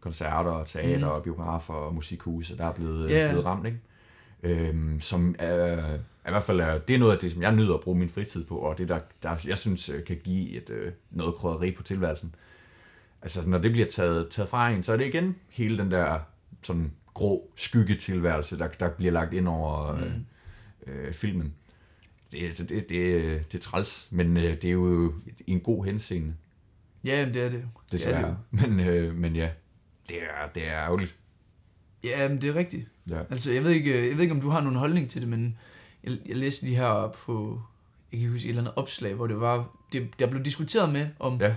S1: koncerter, teater, mm.
S2: Mhm.
S1: og biografer og musikhuse, der er blevet, yeah.
S2: Ja.
S1: blevet ramt, ikke? Øhm, som er, er i hvert fald er, det er noget af det, som jeg nyder at bruge min fritid på, og det, der, der jeg synes øh, kan give et, øh, noget krydderi på tilværelsen. Altså, når det bliver taget, taget fra en, så er det igen hele den der sådan grå skyggetilværelse, der, der bliver lagt ind over øh, øh, filmen. Det, altså, det, det, det er træls, men øh, det er jo i en god henseende
S2: Ja, jamen, det er det.
S1: desværre.
S2: Det
S1: Ja,
S2: er
S1: det
S2: det
S1: men, øh, men ja, det er, det er ærgerligt.
S2: jo. Ja, men det er rigtigt.
S1: Ja.
S2: Altså, jeg ved ikke, øh, jeg ved ikke om du har nogen holdning til det, men jeg, jeg læste lige her på, jeg kan ikke huske, et eller andet opslag, hvor det var, det, der blev diskuteret med, om
S1: ja.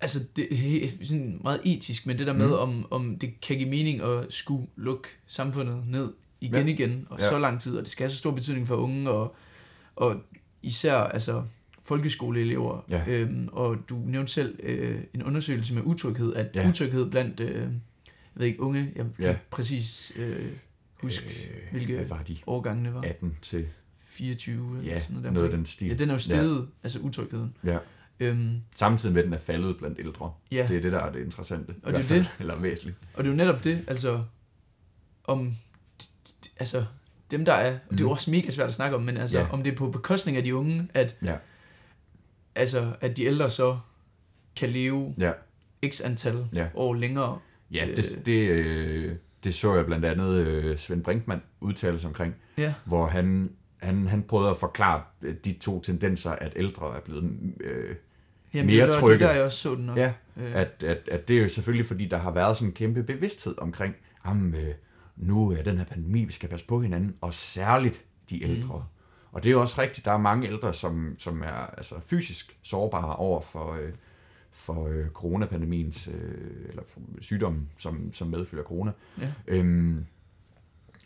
S2: altså det er sådan meget etisk, men det der med, mm. om, om det kan give mening at skulle lukke samfundet ned igen
S1: Ja.
S2: ja. igen, og
S1: Ja.
S2: ja. så lang tid, og det skal have så stor betydning for unge, og, og især altså, folkeskoleelever,
S1: Ja.
S2: øhm, og du nævnte selv øh, en undersøgelse med utryghed, at
S1: Ja.
S2: utryghed blandt, øh, jeg ved ikke, unge, jeg kan
S1: Ja.
S2: præcis øh, huske, øh, hvilke
S1: Hvad var de?
S2: årgangene var,
S1: 18 til
S2: 24 eller
S1: ja,
S2: sådan noget,
S1: noget af
S2: omkring.
S1: den stil.
S2: Ja, den er jo steget, ja. altså utrygheden.
S1: Ja.
S2: Øhm,
S1: Samtidig med, at den er faldet blandt ældre.
S2: ja,
S1: Det er det, der er det interessante.
S2: Og
S1: i
S2: det er
S1: hvert fald, Eller væsentligt.
S2: og det er jo netop det, altså, om, altså, dem der er, mm. det er jo også mega svært at snakke om, men altså,
S1: Ja.
S2: ja. om det er på bekostning af de unge, at,
S1: Ja.
S2: altså, at de ældre så kan leve
S1: Ja.
S2: x antal
S1: Ja.
S2: år længere.
S1: Ja,
S2: Øh.
S1: det, det, øh, det så jeg blandt andet øh, Svend Brinkmann udtale sig omkring,
S2: Ja.
S1: hvor han, han, han prøvede at forklare øh, de to tendenser, at ældre er blevet... Øh,
S2: Jamen,
S1: Mere
S2: det, var-
S1: trygge.
S2: Det der, jeg også så den nok.
S1: ja,
S2: Øh,
S1: at, at, at det er jo selvfølgelig, fordi der har været sådan en kæmpe bevidsthed omkring, jamen, øh, nu er den her pandemi, vi skal passe på hinanden, og særligt de ældre. Mm. Og det er jo også rigtigt, der er mange ældre, som, som er altså, fysisk sårbare over for, øh, for øh, coronapandemiens, øh, eller for sygdommen, som, som medfølger corona.
S2: Ja.
S1: Øhm,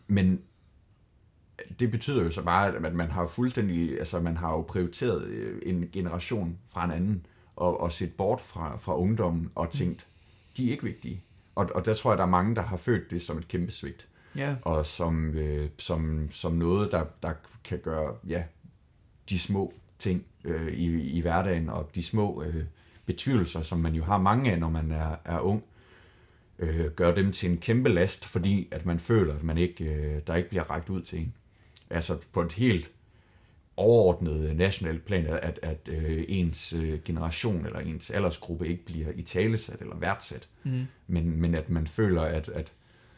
S1: men det betyder jo så bare, at man har fuldstændig, altså man har jo prioriteret øh, en generation fra en anden, og, og set bort fra, fra ungdommen og tænkt, de er ikke vigtige. Og, og der tror jeg, der er mange, der har følt det som et kæmpe svigt,
S2: ja.
S1: og som, øh, som, som noget, der, der kan gøre ja, de små ting øh, i, i hverdagen, og de små øh, betvivlelser, som man jo har mange af, når man er, er ung, øh, gør dem til en kæmpe last, fordi at man føler, at man ikke, øh, der ikke bliver rækket ud til en. Altså på et helt overordnet øh, nationalt plan, at, at, at øh, ens øh, generation eller ens aldersgruppe ikke bliver i talesat eller værdsat, mm. men, men at man føler, at, at,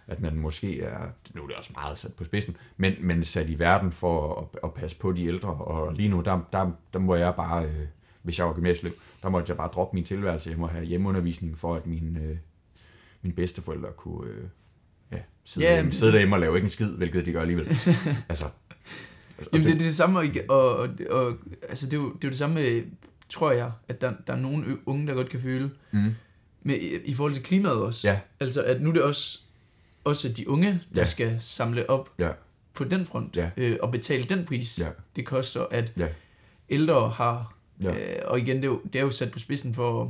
S1: at man måske er, nu er det også meget sat på spidsen, men, men sat i verden for at, at passe på de ældre, og lige nu, der, der, der må jeg bare, øh, hvis jeg var gymnasieelev, der måtte jeg bare droppe min tilværelse, jeg må have hjemmeundervisning for, at min øh, mine bedsteforældre kunne øh, ja, sidde, yeah,
S2: Ja,
S1: derhjemme,
S2: men-
S1: sidde derhjemme og lave ikke en skid, hvilket de gør alligevel. altså, altså
S2: Jamen, det,
S1: det,
S2: det er det samme, og, og, og, og altså, det, er jo, det er jo det samme, øh, tror jeg, at der, der er nogle ø- unge, der godt kan føle,
S1: Mm.
S2: med, i, i forhold til klimaet også.
S1: Ja.
S2: Altså, at nu er det også, også de unge, der
S1: Ja.
S2: ja. skal samle op
S1: Ja.
S2: på den front,
S1: Ja.
S2: øh, og betale den pris,
S1: Ja.
S2: det koster, at
S1: Ja.
S2: ældre har,
S1: Ja.
S2: øh, og igen, det er, jo, det er jo sat på spidsen for, at,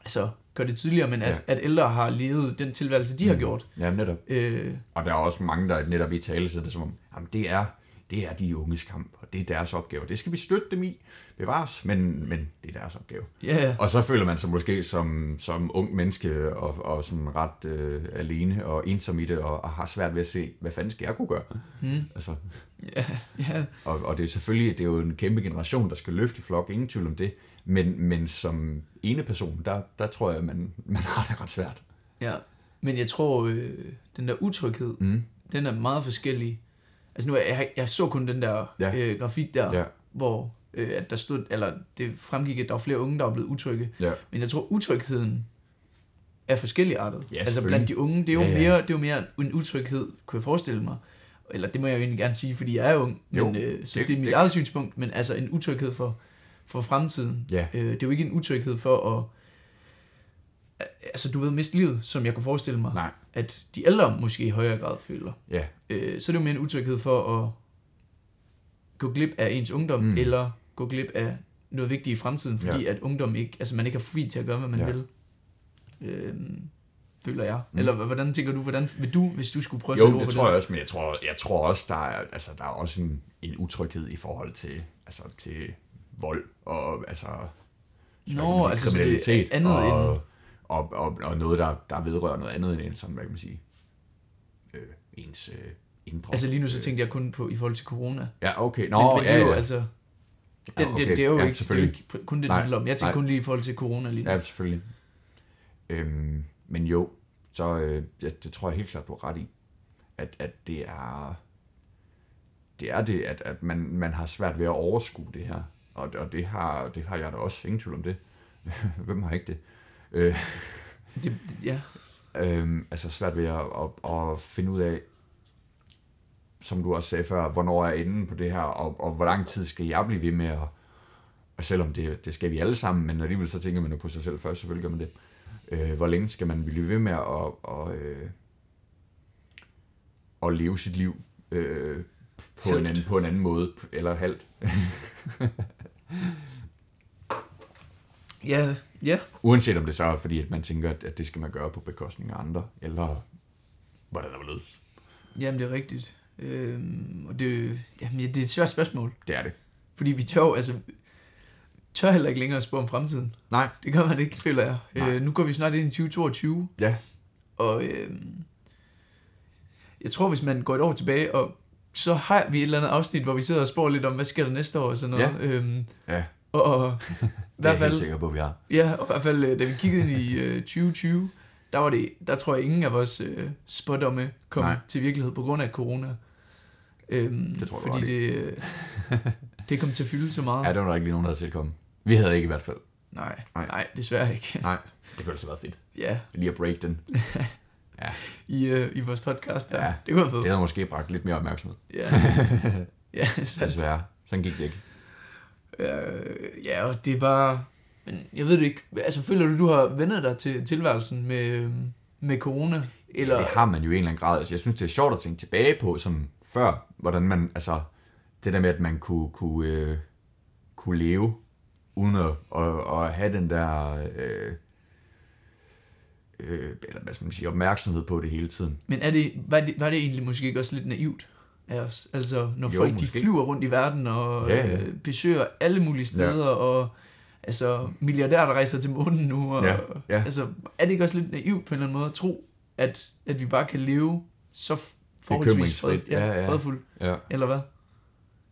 S2: altså, gør det tydeligere, men at, at ældre har levet den tilværelse, de mm. har gjort.
S1: ja, netop.
S2: Øh,
S1: Og der er også mange, der netop i tale sætter det som om, jamen det er, det er de unges kamp, og det er deres opgave. Det skal vi støtte dem i, bevares, men, men det er deres opgave.
S2: ja,
S1: Og så føler man sig måske som, som ung menneske og, og sådan ret øh, alene og ensom i det, og, og har svært ved at se, hvad fanden skal jeg kunne gøre? Mm. Altså,
S2: ja,
S1: Og, og det er selvfølgelig det er jo en kæmpe generation, der skal løfte i flok, ingen tvivl om det. Men, men som ene person, der, der tror jeg, man, man har det ret svært.
S2: Ja, men jeg tror, øh, den der utryghed,
S1: Mm.
S2: den er meget forskellig. Altså nu, jeg, jeg så kun den der
S1: Ja.
S2: ja. øh, grafik der,
S1: Ja.
S2: hvor øh, at der stod, eller det fremgik, at der var flere unge, der var blevet utrygge.
S1: Ja.
S2: Men jeg tror, utrygheden er forskelligartet.
S1: Ja,
S2: altså
S1: selvfølgelig.
S2: blandt de unge, det er jo,
S1: Ja,
S2: ja,
S1: ja.
S2: ja. Mere, det er jo mere en utryghed, kunne jeg forestille mig. Eller det må jeg jo egentlig gerne sige, fordi jeg er ung.
S1: Jo,
S2: men, øh, så
S1: det-
S2: det, det er mit
S1: det-
S2: eget synspunkt, men altså en utryghed for, for fremtiden.
S1: Ja.
S2: Øh, det er jo ikke en utryghed for at altså du ved, miste livet, som jeg kunne forestille mig,
S1: Nej.
S2: at de ældre måske i højere grad føler.
S1: Ja,
S2: Øh, så er det jo mere en utryghed for at gå glip af ens ungdom,
S1: Mm.
S2: mm. eller gå glip af noget vigtigt i fremtiden, fordi ja. at ungdom ikke, altså man ikke har fri til at gøre, hvad man
S1: Ja.
S2: ja. vil. Øh, føler jeg. Mm. Eller h- hvordan tænker du, hvordan vil du, hvis du skulle prøve at
S1: jo,
S2: sætte ord
S1: det
S2: på
S1: tror jeg også, men jeg tror, jeg tror også, der er, altså, der er også en, en utryghed i forhold til, altså, til vold og altså, hvad
S2: det?
S1: kan man
S2: Nå,
S1: sige,
S2: altså så det er andet
S1: og,
S2: end...
S1: og, og, og, noget, der, der vedrører noget andet end ens, sådan, hvad kan man sige, øh, ens øh, indre.
S2: Altså lige nu så tænkte jeg kun på i forhold til corona.
S1: ja, okay. Nå,
S2: Men, men det
S1: ja,
S2: er jo
S1: ja.
S2: altså... Det, det,
S1: okay.
S2: det, det er jo
S1: Ja,
S2: ikke, det er jo
S1: selvfølgelig.
S2: ikke kun det, det
S1: Nej,
S2: handler om. Jeg tænker
S1: nej.
S2: kun lige i forhold til corona lige nu.
S1: Ja, selvfølgelig. Øhm, men jo, så øh, ja, det tror jeg helt klart, du har ret i, at, at det er det, er det at, at man, man har svært ved at overskue det her. Og, og det, har, det har jeg da også, ingen tvivl om det. Hvem har ikke det? Øh,
S2: Det, det, ja.
S1: øhm, altså svært ved at, at, at finde ud af, som du også sagde før, hvornår er enden på det her, og, og hvor lang tid skal jeg blive ved med at, og selvom det, det skal vi alle sammen, men alligevel så tænker man jo på sig selv først, selvfølgelig gør man det. Øh, hvor længe skal man blive ved med at, og, øh, at leve sit liv øh, på, en
S2: Halvt.
S1: anden, på en anden måde, eller halvt.
S2: Ja, ja.
S1: Uanset om det så er, fordi at man tænker, at, at det skal man gøre på bekostning af andre, eller hvordan der var ledes.
S2: Jamen, det er rigtigt. Øhm, og det, jamen, ja, det er et svært spørgsmål.
S1: Det er det.
S2: Fordi vi tør, jo- altså, tør heller ikke længere spå om fremtiden.
S1: Nej.
S2: Det gør man ikke, føler jeg.
S1: Nej.
S2: Øh, nu går vi snart ind i 2022,
S1: Ja.
S2: og øhm, jeg tror, hvis man går et år tilbage, og så har vi et eller andet afsnit, hvor vi sidder og spår lidt om, hvad sker der næste år og sådan noget. Ja. Øhm,
S1: Ja.
S2: og, og i
S1: Det er
S2: hvert
S1: jeg helt
S2: fald,
S1: sikker på, at vi har.
S2: ja, og i hvert fald, øh, da vi kiggede ind i øh, 2020, der, var det, der tror jeg, ingen af vores øh, spådomme kom
S1: Nej.
S2: Nej. til virkelighed på grund af corona. Øhm,
S1: Det tror jeg, du
S2: fordi
S1: har ret
S2: det, øh, det kom til at fylde så meget.
S1: Ja, det var der ikke lige nogen, der havde tilkommet. Vi havde ikke i hvert fald.
S2: Nej,
S1: Nej.
S2: nej, nej, desværre ikke.
S1: Nej. Det kunne altså været fedt.
S2: Ja,
S1: Lige at break den.
S2: i, øh, i vores podcast der.
S1: Ja.
S2: Ja. Det kunne have
S1: Det
S2: fedt.
S1: havde måske bragt lidt mere opmærksomhed.
S2: Ja, ja, så,
S1: Desværre. Sådan gik det ikke.
S2: øh, ja, og det er bare... Men jeg ved det ikke. Altså, føler du, du har vendet dig til tilværelsen med, øhm, med corona? Eller,
S1: Det har man jo i en eller anden grad. Altså, jeg synes, det er sjovt at tænke tilbage på, som før, hvordan man, altså, det der med, at man kunne, kunne, øh, kunne leve, uden at, at, at have den der, øh, øh, eller hvad skal man sige, opmærksomhed på det hele tiden.
S2: men er det, var, det, var det egentlig måske ikke også lidt naivt af os? Altså, når
S1: Jo,
S2: jo, folk
S1: måske.
S2: de flyver rundt i verden og
S1: Ja, ja.
S2: Øh, besøger alle mulige steder, ja. og altså, milliardærer, der rejser til månen nu. Og,
S1: Ja, ja.
S2: Altså, er det ikke også lidt naivt på en eller anden måde at tro, at, at vi bare kan leve så f- forholdsvis fred,
S1: Bekymringsfrit.
S2: ja,
S1: Ja, ja.
S2: fredfuldt,
S1: Ja.
S2: eller hvad?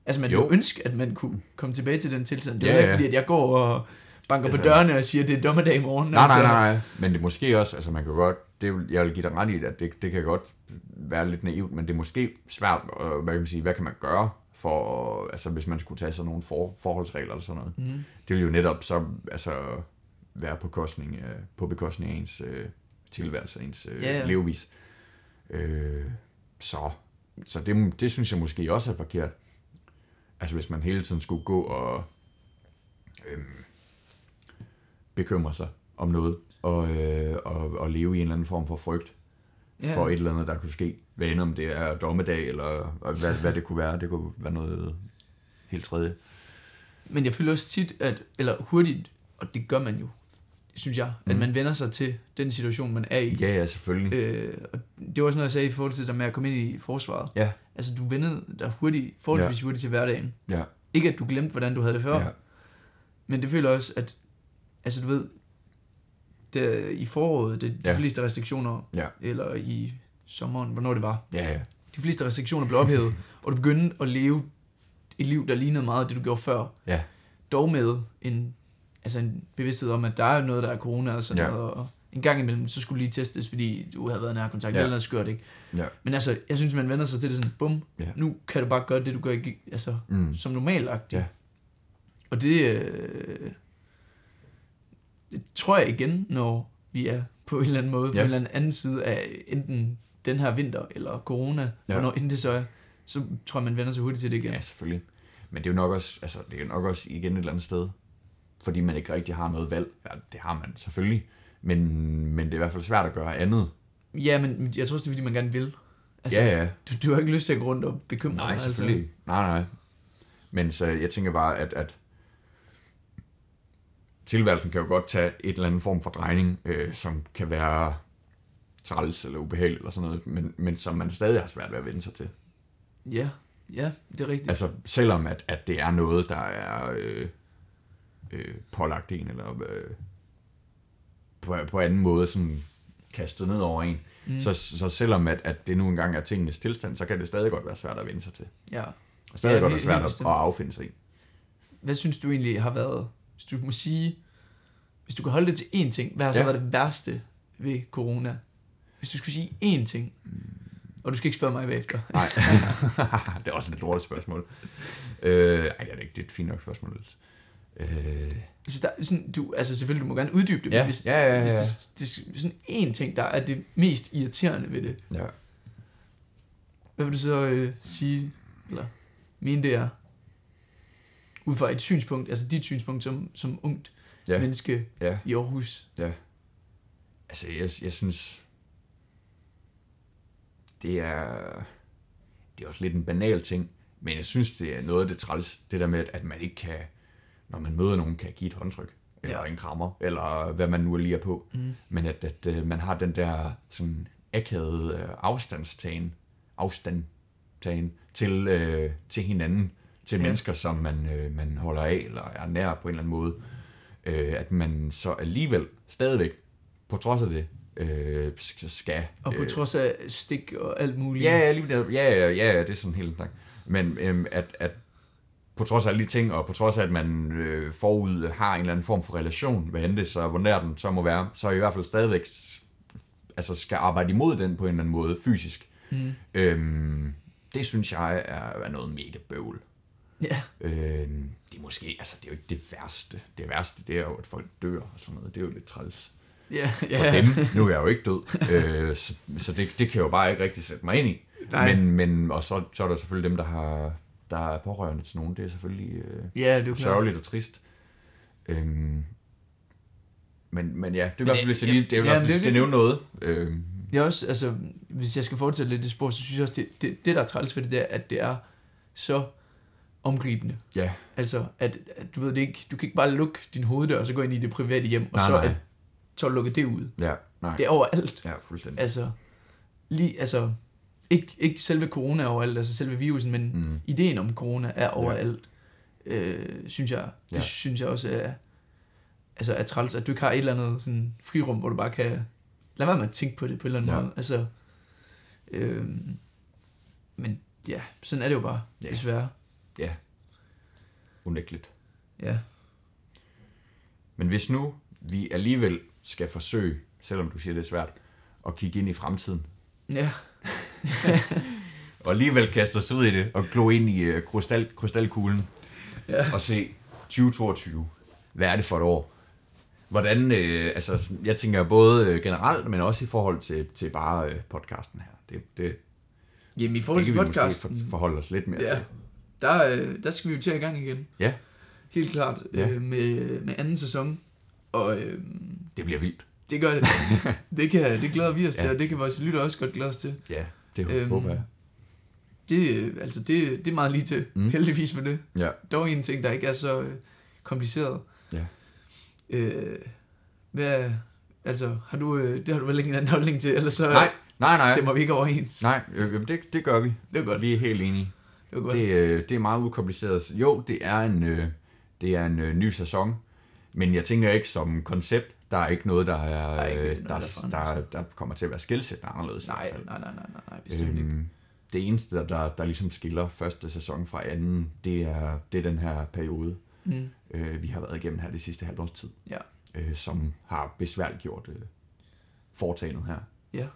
S2: Altså, man
S1: Jo.
S2: jo. ville ønske, at man kunne komme tilbage til den tilstand. Det er
S1: Ja,
S2: ja, ikke
S1: ja.
S2: fordi, at jeg går og banker
S1: Altså-
S2: på dørene og siger, at det er dommedag i morgen.
S1: Nej, nej,
S2: altså.
S1: nej, nej. Men det er måske også, altså man kan godt, det, vil- jeg vil give dig ret i, at det, det kan godt være lidt naivt, men det er måske svært, og hvad kan man sige, hvad kan man gøre, for, altså hvis man skulle tage sådan nogle for, forholdsregler eller sådan noget.
S2: Mhm.
S1: Mm. Det vil jo netop så, altså, være på, kostning, øh, på bekostning af ens øh, tilværelse, ens øh,
S2: Ja, ja.
S1: levevis. Øh, så så det, det synes jeg måske også er forkert. Altså hvis man hele tiden skulle gå og øhm, bekymre sig om noget, og, øh, og, og leve i en eller anden form for frygt
S2: Ja.
S1: yeah. for et eller andet, der kunne ske. Hvad end om det er dommedag, eller hvad, hvad det kunne være. Det kunne være noget helt tredje.
S2: Men jeg føler også tit, at, eller hurtigt, og det gør man jo, synes jeg, mm. at man vender sig til den situation, man er i.
S1: Ja, ja, selvfølgelig.
S2: Øh, og det var også noget, jeg sagde i forhold til det der med at komme ind i forsvaret.
S1: Ja,
S2: Altså, du vendede dig hurtigt, forholdsvis ja. hurtigt til hverdagen.
S1: ja,
S2: Ikke at du glemte, hvordan du havde det før,
S1: ja.
S2: ja. men det føler også, at altså, du ved, der, i foråret, det, de
S1: Ja.
S2: ja. fleste restriktioner,
S1: Ja.
S2: eller i sommeren, hvornår det var,
S1: Ja, ja.
S2: de fleste restriktioner blev ophævet, og du begyndte at leve et liv, der lignede meget det, du gjorde før.
S1: Ja.
S2: Dog med en, altså en bevidsthed om, at der er noget, der er corona og sådan
S1: Ja.
S2: ja. noget, og en gang imellem, så skulle du lige testes, fordi du havde været nær kontakt,
S1: Ja.
S2: ja. eller noget skørt, ikke?
S1: ja.
S2: Men altså, jeg synes, man vender sig til det sådan, bum,
S1: Ja.
S2: ja. nu kan du bare gøre det, du gør ikke, altså,
S1: Mm.
S2: mm. som normalagtigt.
S1: Ja.
S2: Og det, øh, det tror jeg igen, når vi er på en eller anden måde, ja.
S1: Ja.
S2: på en eller anden side af enten den her vinter eller corona,
S1: Ja.
S2: ja. hvornår end det så er, så tror jeg, man vender sig hurtigt til det igen.
S1: Ja, selvfølgelig. Men det er jo nok også, altså, det er jo nok også igen et eller andet sted, fordi man ikke rigtig har noget valg. Ja, det har man selvfølgelig, men, men det er i hvert fald svært at gøre andet.
S2: Ja, men jeg tror også, det er, fordi man gerne vil. Altså,
S1: Altså, ja, ja.
S2: du, du har ikke lyst til at gå rundt og bekymre
S1: Nej,
S2: dig.
S1: selvfølgelig. Altså. Nej, nej. Men så jeg tænker bare, at, at tilværelsen kan jo godt tage et eller anden form for drejning, øh, som kan være træls eller ubehagelig eller sådan noget, men, men som man stadig har svært ved at vende sig til.
S2: Altså. Ja, ja, det er rigtigt.
S1: Altså selvom at, at det er noget, der er øh, øh, pålagt en, eller øh, på, på anden måde sådan kastet ned over en, mm. så, så selvom at, at det nu engang er tingenes tilstand, så kan det stadig godt være svært at vende sig til.
S2: Ja.
S1: Og stadig ja,
S2: Ja,
S1: godt være
S2: helt-
S1: svært
S2: helt
S1: at,
S2: bestemt.
S1: at affinde sig i.
S2: Hvad synes du egentlig har været, hvis du må sige, hvis du kan holde det til én ting, hvad har så
S1: Ja.
S2: ja. været det værste ved corona? Hvis du skulle sige én ting,
S1: Mm.
S2: og du skal ikke spørge mig bagefter.
S1: Nej, det er også et lidt lortet spørgsmål. Øh, ej, det er det ikke. Det er et fint nok spørgsmål. Niels. Øh,
S2: Hvis der, sådan, du, altså selvfølgelig, du må gerne uddybe det,
S1: Ja,
S2: men hvis,
S1: ja, ja, ja,
S2: hvis
S1: ja.
S2: det, det, er sådan én ting, der er det mest irriterende ved det,
S1: ja.
S2: hvad vil du så øh, sige, eller mene det er, ud fra et synspunkt, altså dit synspunkt som, som ungt
S1: Ja.
S2: ja. menneske
S1: Ja.
S2: i Aarhus?
S1: Ja. Altså, jeg, jeg synes... Det er... Det er også lidt en banal ting, men jeg synes, det er noget af det træls, det der med, at- at man ikke kan, når man møder nogen, kan give et håndtryk. eller
S2: Ja.
S1: en krammer, eller hvad man nu lige er på.
S2: Mm.
S1: Men at, at øh, man har den der sådan akavede øh, afstandstagen, afstandtagen til, øh, til hinanden, til
S2: Ja.
S1: ja. mennesker, som man, øh, man holder af eller er nær på en eller anden måde. Øh, at man så alligevel stadigvæk, på trods af det, øh, sk- skal...
S2: Og på
S1: øh,
S2: trods af stik og alt muligt.
S1: Ja, ja, lige netop. ja, ja, ja, ja, det er sådan helt langt. Men øhm, at, at på trods af alle de ting, og på trods af, at man øh, forud har en eller anden form for relation, hvad end det så, hvor nær den så må være, så i hvert fald stadigvæk s- altså skal arbejde imod den på en eller anden måde, fysisk.
S2: Mm.
S1: Øhm, det synes jeg er, er noget mega bøvl.
S2: ja.
S1: Øhm, det er måske, altså det er jo ikke det værste. Det værste, det er jo, at folk dør og sådan noget. Det er jo lidt træls
S2: Ja,
S1: for
S2: ja.
S1: ja. dem. Nu er jeg jo ikke død, øh, så, så det, det kan jeg jo bare ikke rigtig sætte mig ind i.
S2: Nej.
S1: Men, men, og så, så er der selvfølgelig dem, der, har, der er pårørende til nogen. Det er selvfølgelig øh,
S2: Ja, det er jo klart.
S1: sørgeligt og trist. Øhm, men, men ja, det er i
S2: Men
S1: hvert fald,
S2: det-
S1: hvis jeg lige det er i
S2: ja,
S1: hvert fald,
S2: men
S1: hvis jeg
S2: det er
S1: skal nævne noget. Øhm,
S2: Jeg er også, altså, hvis jeg skal fortsætte lidt i spor, så synes jeg også, det, det, det der er træls ved det, der, at det er så omgribende.
S1: ja,
S2: Altså, at, at du ved det ikke, du kan ikke bare lukke din hoveddør, og så gå ind i det private hjem, og
S1: Nej,
S2: så,
S1: nej.
S2: At, så lukke det ud.
S1: ja, nej.
S2: Det er overalt.
S1: Ja, fuldstændig.
S2: Altså, lige, altså, ikke, ikke selve corona er overalt, altså selve virusen, men
S1: Mm.
S2: ideen om corona er overalt, ja. øh, synes jeg. Det
S1: Ja.
S2: synes jeg også er, altså er træls, at du ikke har et eller andet sådan frirum, hvor du bare kan lad være med at tænke på det på en eller anden ja.
S1: Ja.
S2: måde. Altså, øh, men ja, sådan er det jo bare, ja.
S1: Ja.
S2: desværre.
S1: Ja, unægteligt.
S2: Ja.
S1: Men hvis nu vi alligevel skal forsøge, selvom du siger, det er svært, at kigge ind i fremtiden,
S2: Ja.
S1: og alligevel kaste os ud i det og glo ind i øh, krystal, krystalkuglen
S2: Ja.
S1: og se 2022. Hvad er det for et år? Hvordan, øh, altså jeg tænker både øh, generelt, men også i forhold til, til bare øh, podcasten her. Det, det,
S2: Jamen i forhold
S1: det
S2: til
S1: kan vi måske
S2: podcasten,
S1: for, forholde os lidt mere
S2: Ja.
S1: til.
S2: der, øh, der skal vi jo til i gang igen.
S1: Ja,
S2: Helt klart.
S1: Ja.
S2: Øh, med, med anden sæson. Og øh,
S1: det bliver vildt.
S2: det gør det. det, kan, det glæder vi os ja. til,
S1: Ja.
S2: og det kan vores lytter også godt glæde os til.
S1: Ja, det
S2: Øhm.
S1: øhm. håber jeg.
S2: Det, øh, altså, det, det er meget lige til. Mm.
S1: Mm.
S2: Heldigvis for det.
S1: Ja,
S2: Dog en ting, der ikke er så øh, kompliceret.
S1: Ja.
S2: Øh, hvad, altså, har du, øh, det har du vel ikke en anden holdning til, ellers så øh,
S1: Nej, nej, nej.
S2: stemmer vi ikke overens.
S1: nej, øh, jamen, det, det gør vi.
S2: Det er godt.
S1: Vi er helt enige.
S2: Det var godt.
S1: Det, øh, det er meget ukompliceret. Så Jo, det er en, øh, det er en øh, ny sæson, men jeg tænker ikke som koncept. Der er ikke noget, der, er,
S2: Der er ikke
S1: øh,
S2: noget, der er
S1: der,
S2: forandret
S1: der, der kommer til at være skilsættende anderledes. i hvert
S2: nej,
S1: fald.
S2: nej, nej, nej, nej, nej, bestemt ikke.
S1: Øhm, det eneste, der, der, der ligesom skiller første sæson fra anden, det er, det er den her periode,
S2: Mm.
S1: øh, vi har været igennem her det sidste halvårs tid,
S2: Ja.
S1: øh, som har besværligt gjort øh, foretagendet her.
S2: Ja.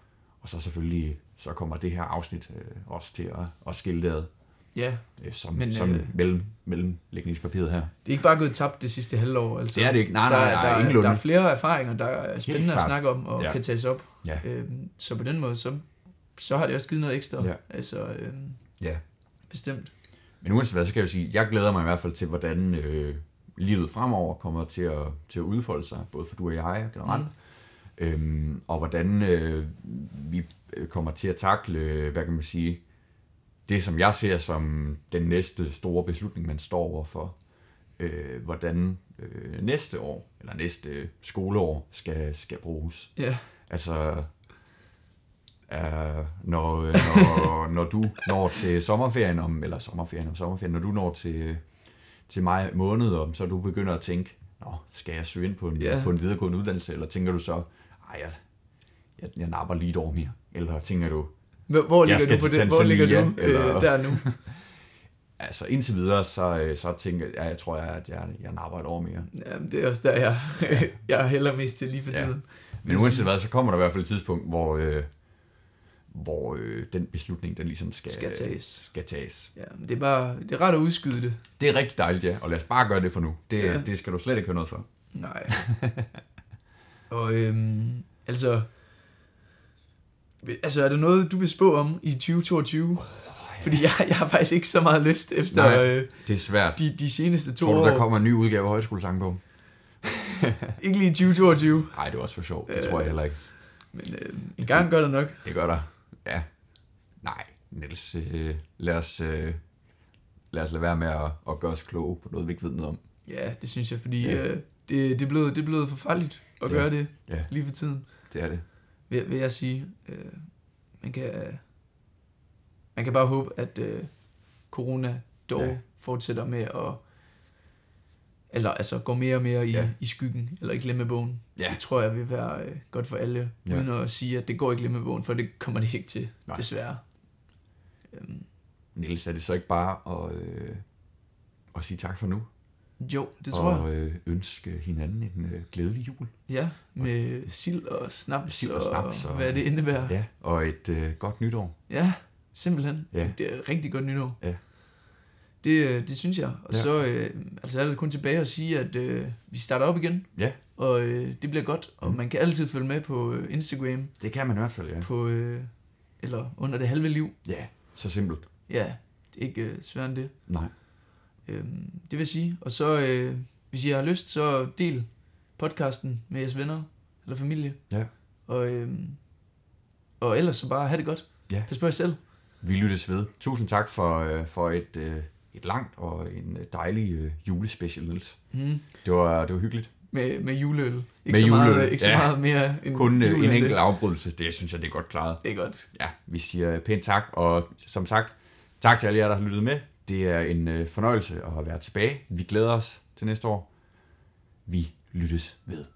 S1: Og så selvfølgelig, så kommer det her afsnit øh, også til at, at skille det ad,
S2: Ja,
S1: øh, som,
S2: Men,
S1: Men, som
S2: øh,
S1: øh, mellem, mellemlægningspapiret her.
S2: det er ikke bare gået tabt det sidste halve år. Altså.
S1: Det er det ikke. Nej, nej,
S2: der,
S1: nej,
S2: der,
S1: ingenlunde.
S2: der er flere erfaringer, der er spændende at
S1: klart.
S2: snakke om og ja.
S1: Ja.
S2: kan tages op.
S1: Ja.
S2: Øhm, så på den måde, så, så har det også givet noget ekstra.
S1: Ja.
S2: Altså, øhm,
S1: Ja.
S2: bestemt.
S1: Men uanset hvad, så kan jeg jo sige, jeg glæder mig i hvert fald til, hvordan øh, livet fremover kommer til at, til at udfolde sig, både for du og jeg generelt, mm. øhm, og hvordan øh, vi øh, kommer til at takle, øh, hvad kan man sige, det som jeg ser som den næste store beslutning, man står overfor, øh, hvordan øh, næste år, eller næste skoleår, skal, skal bruges.
S2: Ja.
S1: Altså, uh, når, øh, når, når du når til sommerferien, om, eller sommerferien om sommerferien, når du når til, til maj måned, om, så du begynder at tænke, Nå, skal jeg søge ind på en,
S2: Ja.
S1: yeah. på en videregående uddannelse, eller tænker du så, ej, jeg, jeg, jeg napper lige et år mere, eller tænker du,
S2: Hvor, hvor
S1: Jeg
S2: ligger
S1: skal
S2: du på
S1: til
S2: det? Hvor ligger
S1: Tanzania,
S2: du
S1: eller-
S2: øh, der nu?
S1: altså indtil videre, så, øh, så tænker jeg, jeg tror, jeg, at jeg, jeg napper et år mere.
S2: Jamen, det er også der, jeg, jeg hælder mest til lige for
S1: Ja.
S2: tiden.
S1: Men uanset hvad, så kommer der i hvert fald et tidspunkt, hvor, øh, hvor øh, den beslutning, den ligesom skal,
S2: Skal tages.
S1: skal tages.
S2: Ja, men det er bare, det er rart at udskyde det.
S1: Det er rigtig dejligt, ja. Og lad os bare gøre det for nu. Det,
S2: Ja.
S1: ja. det skal du slet ikke høre noget for.
S2: Nej. og øhm, altså, altså er der noget, du vil spå om i 2022? Oh, ja. Fordi jeg, jeg har faktisk ikke så meget lyst efter
S1: Nej.
S2: øh,
S1: Det er svært.
S2: de, de seneste to
S1: Tror du,
S2: år.
S1: der kommer en ny udgave af højskolesangbogen?
S2: Ikke lige i 2022,
S1: Nej, det er også for sjovt. Det tror jeg heller ikke.
S2: men øh, en gang gør det nok.
S1: Det gør der. Ja. Nej, Niels. Øh, lad, os, øh, lad os lade være med at, at gøre os kloge på noget, vi ikke ved noget om.
S2: Ja, det synes jeg, fordi
S1: Ja.
S2: øh, det, det, er blevet, det er blevet forfærdeligt at
S1: Ja.
S2: gøre det
S1: Ja.
S2: lige for tiden,
S1: Det er det.
S2: vil, vil jeg sige. Øh, man, kan, man kan bare håbe, at øh, corona dog
S1: Ja.
S2: ja. fortsætter med at eller altså går mere og mere i,
S1: Ja.
S2: ja. i skyggen, eller i glemmebogen.
S1: Ja.
S2: Det tror jeg vil være øh, godt for alle,
S1: Ja.
S2: ja. uden at sige, at det går i glemmebogen, for det kommer det ikke til,
S1: Nej.
S2: Nej. desværre. Øhm,
S1: Niels, er det så ikke bare at, øh, at sige tak for nu?
S2: jo, det tror jeg.
S1: og øh, ønske hinanden en øh, glædelig jul.
S2: Ja, med sild og snaps,
S1: Sild og snaps og-
S2: og hvad det indebærer.
S1: Ja, og et øh, godt nytår.
S2: Ja, simpelthen.
S1: Ja.
S2: Ja. Det er et rigtig godt nytår.
S1: Ja.
S2: Det, øh, det synes jeg. Og
S1: Ja.
S2: ja. så øh, altså er det kun tilbage at sige, at øh, vi starter op igen.
S1: Ja.
S2: Og øh, det bliver godt. Og man kan altid følge med på øh, Instagram,
S1: Det kan man i hvert fald, Mm. ja.
S2: på, øh, eller under det halve liv.
S1: Ja, så simpelt.
S2: Ja, det er ikke øh, sværere end det.
S1: Nej.
S2: Øhm, det vil jeg sige. Og så, øh, hvis I har lyst, så del podcasten med jeres venner eller familie.
S1: Ja.
S2: Og, øhm, og ellers så bare have det godt.
S1: Ja.
S2: Pas på jer selv.
S1: Vi lyttes ved. Tusind tak for, øh, for et, øh, et langt og en øh, dejlig øh, julespecial, Niels.
S2: Mm.
S1: Det var, det var hyggeligt.
S2: Med, med juleøl. Ikke
S1: Med
S2: så
S1: juleøl,
S2: meget, ikke så
S1: ja.
S2: meget mere end
S1: Kun øh,
S2: juleøl,
S1: en
S2: det-
S1: enkelt afbrydelse, det synes jeg, det er godt klaret.
S2: Det er godt.
S1: Ja, vi siger pænt tak, og som sagt, tak til alle jer, der har lyttet med. Det er en øh, fornøjelse at være tilbage. Vi glæder os til næste år. Vi lyttes ved.